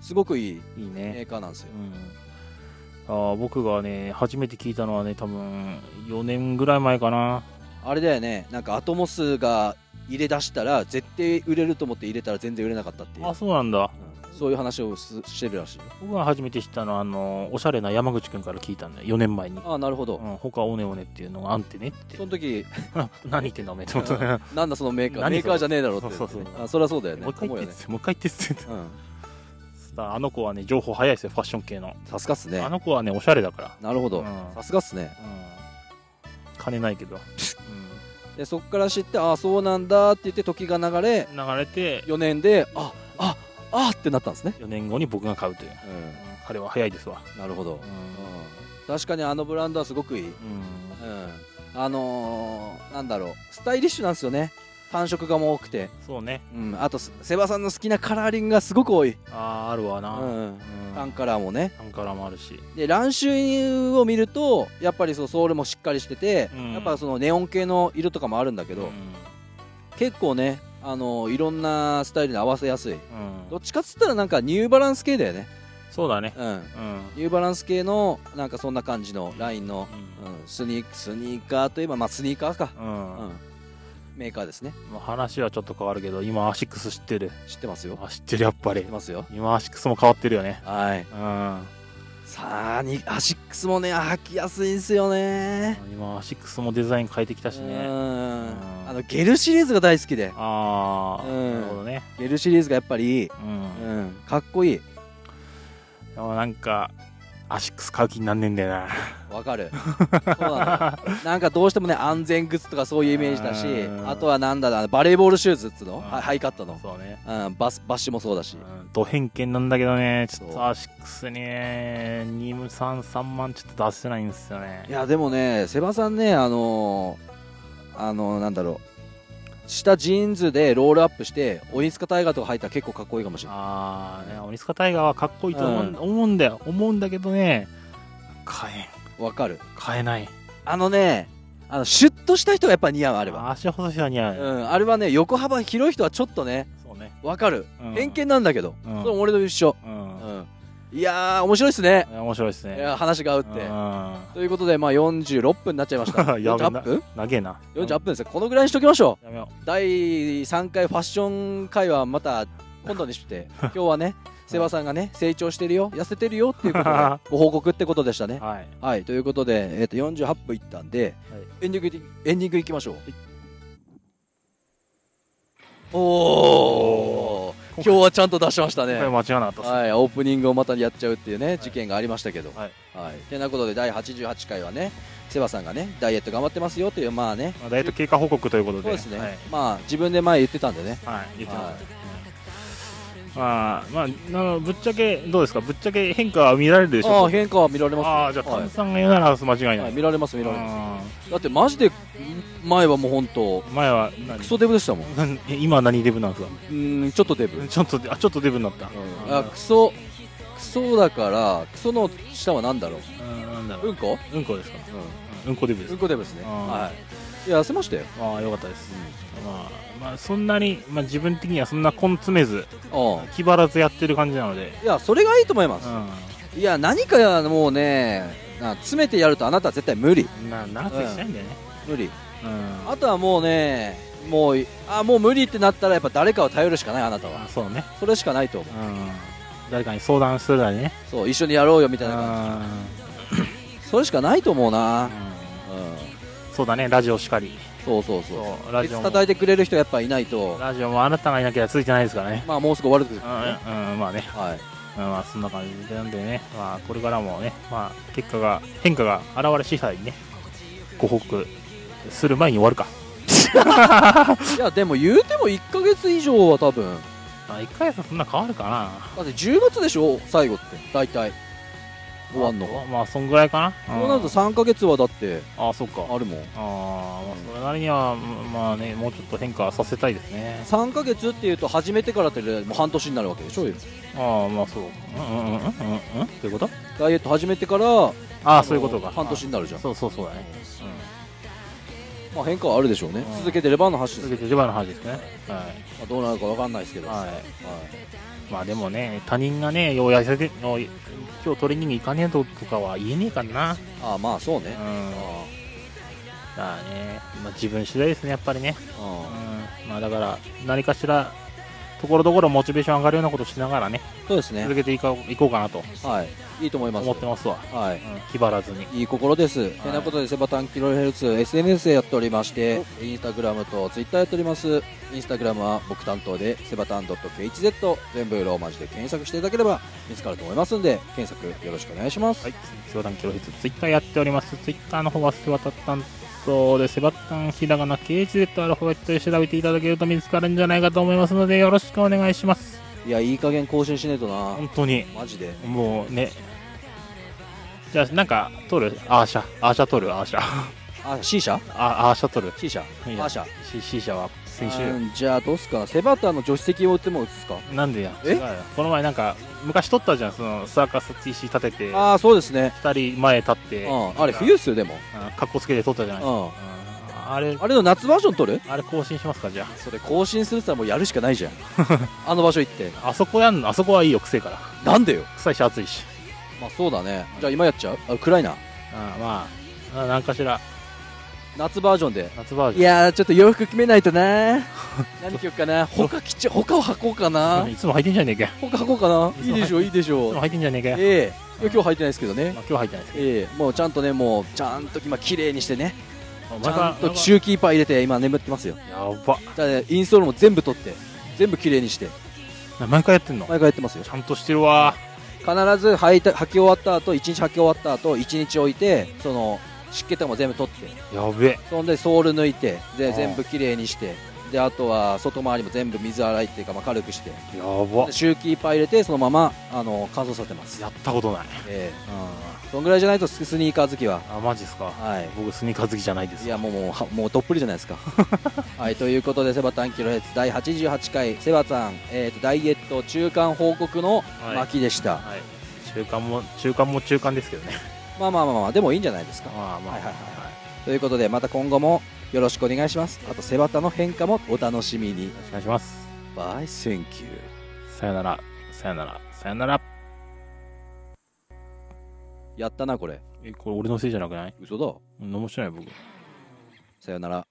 Speaker 2: すごくいい
Speaker 1: いい
Speaker 2: メ
Speaker 1: ね
Speaker 2: ーカーなんですよ、
Speaker 1: うんあー僕がね初めて聞いたのはね多分4年ぐらい前かな
Speaker 2: あれだよねなんかアトモスが入れ出したら絶対売れると思って入れたら全然売れなかったっていう
Speaker 1: あそうなんだ
Speaker 2: うんそういう話をすしてるらしいよ
Speaker 1: 僕が初めて知ったのはあのおしゃれな山口くんから聞いたんだよ4年前に
Speaker 2: ああなるほど、
Speaker 1: うん、他オネオネっていうのがあんてねって
Speaker 2: その時
Speaker 1: 何言ってんだおめえって思った
Speaker 2: なんだそのメーカー
Speaker 1: 何
Speaker 2: メーカーじゃねえだろって
Speaker 1: そうそうそう
Speaker 2: あそりゃそうだよね
Speaker 1: もう一回
Speaker 2: 思
Speaker 1: 言
Speaker 2: うよ
Speaker 1: ってっ
Speaker 2: ね
Speaker 1: つってもう一回言ってっつって
Speaker 2: うん
Speaker 1: あの子はね情報早いですよファッション系の、
Speaker 2: さすがっすね
Speaker 1: あの子はねおしゃれだから
Speaker 2: なるほ
Speaker 1: うん、
Speaker 2: どさすがっすね
Speaker 1: うん金ないけど、
Speaker 2: でそっから知ってああそうなんだって言って時が流れ
Speaker 1: うん、流れて
Speaker 2: 4年であああってなったんですね、
Speaker 1: 4年後に僕が買うという、うん
Speaker 2: う
Speaker 1: 彼は早いですわ、
Speaker 2: ん、なるほど、
Speaker 1: う
Speaker 2: うんん確かにあのブランドはすごくいい、うん、あのー、なんだろうスタイリッシュなんですよね単色がも多くて、
Speaker 1: そうね
Speaker 2: うん、あとすセバさんの好きなカラーリングがすごく多い、
Speaker 1: あーあるわ
Speaker 2: う
Speaker 1: な、うん
Speaker 2: ん、タ
Speaker 1: タ
Speaker 2: ン
Speaker 1: ン
Speaker 2: カラーもね
Speaker 1: カラもあるし
Speaker 2: で乱収を見るとやっぱりそうソールもしっかりしてて、
Speaker 1: うん
Speaker 2: やっぱそのネオン系の色とかもあるんだけ
Speaker 1: け
Speaker 2: ど、
Speaker 1: うん
Speaker 2: 結構ねあのいろんなスタイルに合わせやすい
Speaker 1: うん
Speaker 2: どっちかっつったらなんかニューバランス系だよね
Speaker 1: そうだね
Speaker 2: うん
Speaker 1: うん、
Speaker 2: ニューバランス系のなんかそんな感じのラインの、うん、スニースニーカーといえばまあスニーカーか、
Speaker 1: うん
Speaker 2: うん
Speaker 1: うん
Speaker 2: メーカーですね
Speaker 1: まあ話はちょっと変わるけど今アシックス知ってる
Speaker 2: 知ってますよ
Speaker 1: あ知ってるやっぱ
Speaker 2: 知
Speaker 1: り
Speaker 2: ってますよ
Speaker 1: 今アシックスも変わってるよね
Speaker 2: はい
Speaker 1: うん
Speaker 2: さあにアシックスもね履きやすいんすよね
Speaker 1: 今アシックスもデザイン変えてきたし
Speaker 2: う
Speaker 1: ね
Speaker 2: んあのゲルシリーズが大好きで
Speaker 1: ああ、
Speaker 2: うん
Speaker 1: なるほどね
Speaker 2: ゲルシリーズがやっぱりいい、
Speaker 1: うん、で
Speaker 2: うん、かっこいい
Speaker 1: もなんかアシックス買う気になんねえんだよな
Speaker 2: わか るそうなのよなんかどうしてもね安全靴とかそういうイメージだし
Speaker 1: うん
Speaker 2: あとはなんだろうバレーボールシューズっつうの
Speaker 1: うん
Speaker 2: はハイカットの、
Speaker 1: そうね
Speaker 2: うん、バスバッシュもそうだし
Speaker 1: うんド偏見なんだけどねちょっ
Speaker 2: そう
Speaker 1: とアシックスにね233万ちょっと出せないんですよね
Speaker 2: いやでもねセバさんねあのーあのーなんだろう下ジーンズでロールアップしてオインスカタイガーとか履いたら結構かっこいいかもしれない
Speaker 1: ああね鬼塚大河はかっこいいと思う,、
Speaker 2: うん
Speaker 1: 思うんだよ思うんだけどね買えん
Speaker 2: わかる
Speaker 1: 買えない
Speaker 2: あのねあのシュッとした人がやっぱ似合うあ
Speaker 1: あ
Speaker 2: れは
Speaker 1: 足細い人は似合う、
Speaker 2: うん、あれはね横幅広い人はちょっとね
Speaker 1: そうね、
Speaker 2: わかる
Speaker 1: うん
Speaker 2: 偏見なんだけど、
Speaker 1: うん
Speaker 2: それ俺と一緒、
Speaker 1: うん
Speaker 2: うん、いやー面白いっすね、
Speaker 1: いや面白いですね
Speaker 2: いやー話が合うって、
Speaker 1: うん
Speaker 2: ということでまあ46分になっちゃいました
Speaker 1: やべえな
Speaker 2: 48分
Speaker 1: 長えな。
Speaker 2: 48分ですねこのぐらいにしときましょ
Speaker 1: やめよ
Speaker 2: う第3回ファッション会はまた今度にして 今日はねセバさんがね成長してるよ痩せてるよっていう ことでご報告ってことでしたね
Speaker 1: う。はい。
Speaker 2: はいということで、えー、と48分いったんで、
Speaker 1: はい
Speaker 2: エンディングいエンディングいきましょう、おお今日はちゃんと出しましたね
Speaker 1: これ間違わなかったっ
Speaker 2: はい、オープニングをまたやっちゃうっていうね、事件がありましたけど。
Speaker 1: はい。
Speaker 2: はい。てなことで、第88回はね、セバさんがね、ダイエット頑張ってますよという、まあね、
Speaker 1: す。まあダイエット経過報告ということ
Speaker 2: そ
Speaker 1: で。
Speaker 2: うですね、
Speaker 1: はい。
Speaker 2: まあ、自分で前言ってたんでね、
Speaker 1: はい。言ってま
Speaker 2: は
Speaker 1: すまあ、まあ、あのぶっちゃけ、どうですか、ぶっちゃけ変化は見られるでし
Speaker 2: あ
Speaker 1: ょ
Speaker 2: あ、変化は見られますよ
Speaker 1: ああ、じゃあ、
Speaker 2: は
Speaker 1: 炭酸が言うなら間違い
Speaker 2: い
Speaker 1: な
Speaker 2: はい
Speaker 1: い。
Speaker 2: 見られます、見られま
Speaker 1: あ
Speaker 2: す。だってマジで前はもう本当
Speaker 1: ー前は何
Speaker 2: クソデブでしたもん。う
Speaker 1: なん今は何デブなんですか
Speaker 2: ーん、ちょっとデブ。
Speaker 1: ちょっとで、あ、ちょっとデブになった。
Speaker 2: あクソ、クソだから、クソの下は何だろ
Speaker 1: うん、なんだ
Speaker 2: う。う
Speaker 1: ろう。
Speaker 2: んこ
Speaker 1: うんこですか
Speaker 2: う
Speaker 1: うんうんこデブで
Speaker 2: ん。う
Speaker 1: す
Speaker 2: んこデブですね。
Speaker 1: あー
Speaker 2: はい。いや、痩せましたよ。
Speaker 1: ああ、よかったです。まあ、まあ、そんなに、まあ自分的にはそんな根詰めず、
Speaker 2: うん。うん
Speaker 1: 気張らずやってる感じなので。
Speaker 2: いや、それがいいと思いま
Speaker 1: う
Speaker 2: す。いや、何かもうね、な詰めてやるとあなたは絶対無理。
Speaker 1: ん。な、長くしたいんだよね。
Speaker 2: 無理。
Speaker 1: うん。
Speaker 2: あとはもうね、もう、あ、もう無理ってなったらやっぱ誰かを頼るしかない、あなたは
Speaker 1: あ。そうね。
Speaker 2: それしかないと思う
Speaker 1: う。ん。誰かに相談するなりね。
Speaker 2: そう、一緒にやろうよみたいな感
Speaker 1: う
Speaker 2: じ。
Speaker 1: ん。
Speaker 2: それしかないと思う
Speaker 1: う
Speaker 2: な。
Speaker 1: ん
Speaker 2: うん。
Speaker 1: そうだね、ラジオしかり。
Speaker 2: そうそうそう。
Speaker 1: そう、ラ
Speaker 2: ケ
Speaker 1: ジ
Speaker 2: ツ
Speaker 1: オも。
Speaker 2: 叩いてくれる人やっぱいないと、
Speaker 1: ラジオもあなたがいなきゃついてないですからね。
Speaker 2: まあもうすぐ終わるけど
Speaker 1: う
Speaker 2: ね
Speaker 1: ん、うん、まあね、
Speaker 2: はい。
Speaker 1: うん、まあそんな感じなんでね、まあこれからもね、まあ結果が、変化が現れ次第にね、ご報告する前に終わるか。
Speaker 2: いや、でも言うても1ヶ月以上は多分。
Speaker 1: あ1回さそんな変わるかな。
Speaker 2: だって10月でしょ最後って。大体。終わんの
Speaker 1: あ
Speaker 2: が。
Speaker 1: とまあそんぐらいかな。
Speaker 2: そうなると3ヶ月はだって、
Speaker 1: あ、そっか。あ
Speaker 2: あるもん。
Speaker 1: あー、まあそれなりには、まあね、もうちょっと変化させたいですね。
Speaker 2: 3ヶ月っていうと始めてからってもう半年になるわけでしょ今
Speaker 1: ああ、まあそう。うんうんうんうんうんうんどういうこと
Speaker 2: ダイエット始めてから、
Speaker 1: ああ、
Speaker 2: の
Speaker 1: そういうことか。
Speaker 2: 半年になるじゃん。
Speaker 1: そうそうそうだね。うん
Speaker 2: まあ変化はあるでしょうね
Speaker 1: う。ん
Speaker 2: 続けてればの話です
Speaker 1: 続。けてジョバの話ですね。は
Speaker 2: まあどうなるかわかんないですけ
Speaker 1: い。
Speaker 2: ど。は
Speaker 1: はい。
Speaker 2: い。
Speaker 1: まあでもね、他人がね、よう痩せて、よう今日トレーニング行かねえととかは言えねえからな。
Speaker 2: ああ、まあそうね
Speaker 1: う。ん。
Speaker 2: あ
Speaker 1: まあね、まあ、自分次第ですね、やっぱりね。
Speaker 2: あうん
Speaker 1: うん。まあだから、何かしら、ところどころモチベーション上がるようなことしながらね、
Speaker 2: そうですね
Speaker 1: 続。けていこういこうかなと
Speaker 2: はい。いいと思います
Speaker 1: 思。ってますわ。
Speaker 2: はい。
Speaker 1: うん、気張らずに。
Speaker 2: いい心です。てなことで、セバタンキロヘルツ、SNS でやっておりまして、インスタグラムとツイッターやっております。インスタグラムは僕担当で、セバタン .khz、全部ローマ字で検索していただければ見つかると思いますんで、検索よろしくお願いします。
Speaker 1: はい、セバタンキロヘッツ、ツイッターやっております。ツイッターの方はセバタ担当で、セバタンひらがな KHZ アルファベットで調べていただけると見つかるんじゃないかと思いますので、よろしくお願いします。
Speaker 2: い、や、いい加減更新しねえとな。
Speaker 1: 本当に、
Speaker 2: マジで。
Speaker 1: もうね。じゃあ、なんか、撮るアーシャ、アーシャ撮るアーシャ。
Speaker 2: あ、C 社
Speaker 1: あアーシャ撮る。
Speaker 2: ?C 社
Speaker 1: ア
Speaker 2: アーシャ。
Speaker 1: C, C 社は先週。
Speaker 2: うんじゃあ、どうすっかな。セバタンの助手席を打っても打つか。
Speaker 1: なんでや
Speaker 2: え
Speaker 1: 違うよこの前なんか、昔撮ったじゃん、そのサーカス TC 立てて、
Speaker 2: ああ、そうですね。
Speaker 1: 二人前立って、
Speaker 2: うん。あれ、冬っすよ、でも。
Speaker 1: うんかっこつけて撮ったじゃない、うん
Speaker 2: う
Speaker 1: あれ
Speaker 2: ん。、あれの夏バージョン撮る
Speaker 1: あれ更新しますか、じゃあ。
Speaker 2: それ更新するって言ったらもうやるしかないじゃん。 あの場所行って。
Speaker 1: あそこやんのあそこはいいよ、臭いから。
Speaker 2: なんでよ。
Speaker 1: 臭いし、暑いし。
Speaker 2: まあそうだね。じゃあ今やっちゃうあ、暗いな。
Speaker 1: あまあ、あなんかしら、
Speaker 2: 夏バージョンで。
Speaker 1: 夏バージ
Speaker 2: いやー、ちょっと洋服決めないとな 何着ようかな。他着ちゃ、他を履こうか
Speaker 1: ョ
Speaker 2: な
Speaker 1: ン。。いつも履いてんじゃねえかよ。
Speaker 2: 他履こうか な。いいでしょう、いいでし
Speaker 1: いつ
Speaker 2: ょ
Speaker 1: も
Speaker 2: う。
Speaker 1: 履いてんじゃねえかよ。
Speaker 2: ええいや今日履いてないですけどね
Speaker 1: ま。あ、今日履いてないですけ
Speaker 2: ええもうちゃんとね、もう、ちゃんと今綺麗にしてね。
Speaker 1: ど。
Speaker 2: ち
Speaker 1: ま
Speaker 2: ゃんと
Speaker 1: 中。
Speaker 2: 中キーパー入れて今眠ってますよ。
Speaker 1: やば。
Speaker 2: じゃあね、インストールも全部取って、全部綺麗にして、
Speaker 1: 毎回やってんの
Speaker 2: 毎回やってますよ
Speaker 1: ち。ゃんとしてるわ。
Speaker 2: 必ず履いた、履き終わった後、一日履き終わった後、一日置いて、その、湿気とかも全部取って、
Speaker 1: やべえ。
Speaker 2: そんでソール抜いてで
Speaker 1: うん
Speaker 2: 全部きれいにしてであとは外回りも全部水洗いっていうか、まあ、軽くして
Speaker 1: やば
Speaker 2: で。シューキーパー入れてそのままあの乾燥させてます
Speaker 1: やったことない。
Speaker 2: ええそんぐらいじゃないとススニーカー好きは
Speaker 1: あ、マジっすか。
Speaker 2: はい
Speaker 1: 僕、スニーカー好きじゃないです。
Speaker 2: いやもうもうはもうどっぷりじゃないですか はいということでセバタンキロヘッツ第88回セバタン、えー、とダイエット中間報告の
Speaker 1: はい
Speaker 2: 巻でした、
Speaker 1: はい。中間も、中間も中間ですけどね。
Speaker 2: まあまあまあまあでもいいんじゃないですか
Speaker 1: まあまあ。
Speaker 2: はいはいはということでまた今後もよろしくお願いしますあとセバタの変化もお楽しみに
Speaker 1: よろしくお願いします。
Speaker 2: バイセンキュー
Speaker 1: さよなら、さよなら、さよなら。
Speaker 2: やったなこれ
Speaker 1: え、これ俺のせいじゃなくない
Speaker 2: 嘘だ
Speaker 1: 何もしてない、僕。
Speaker 2: さよなら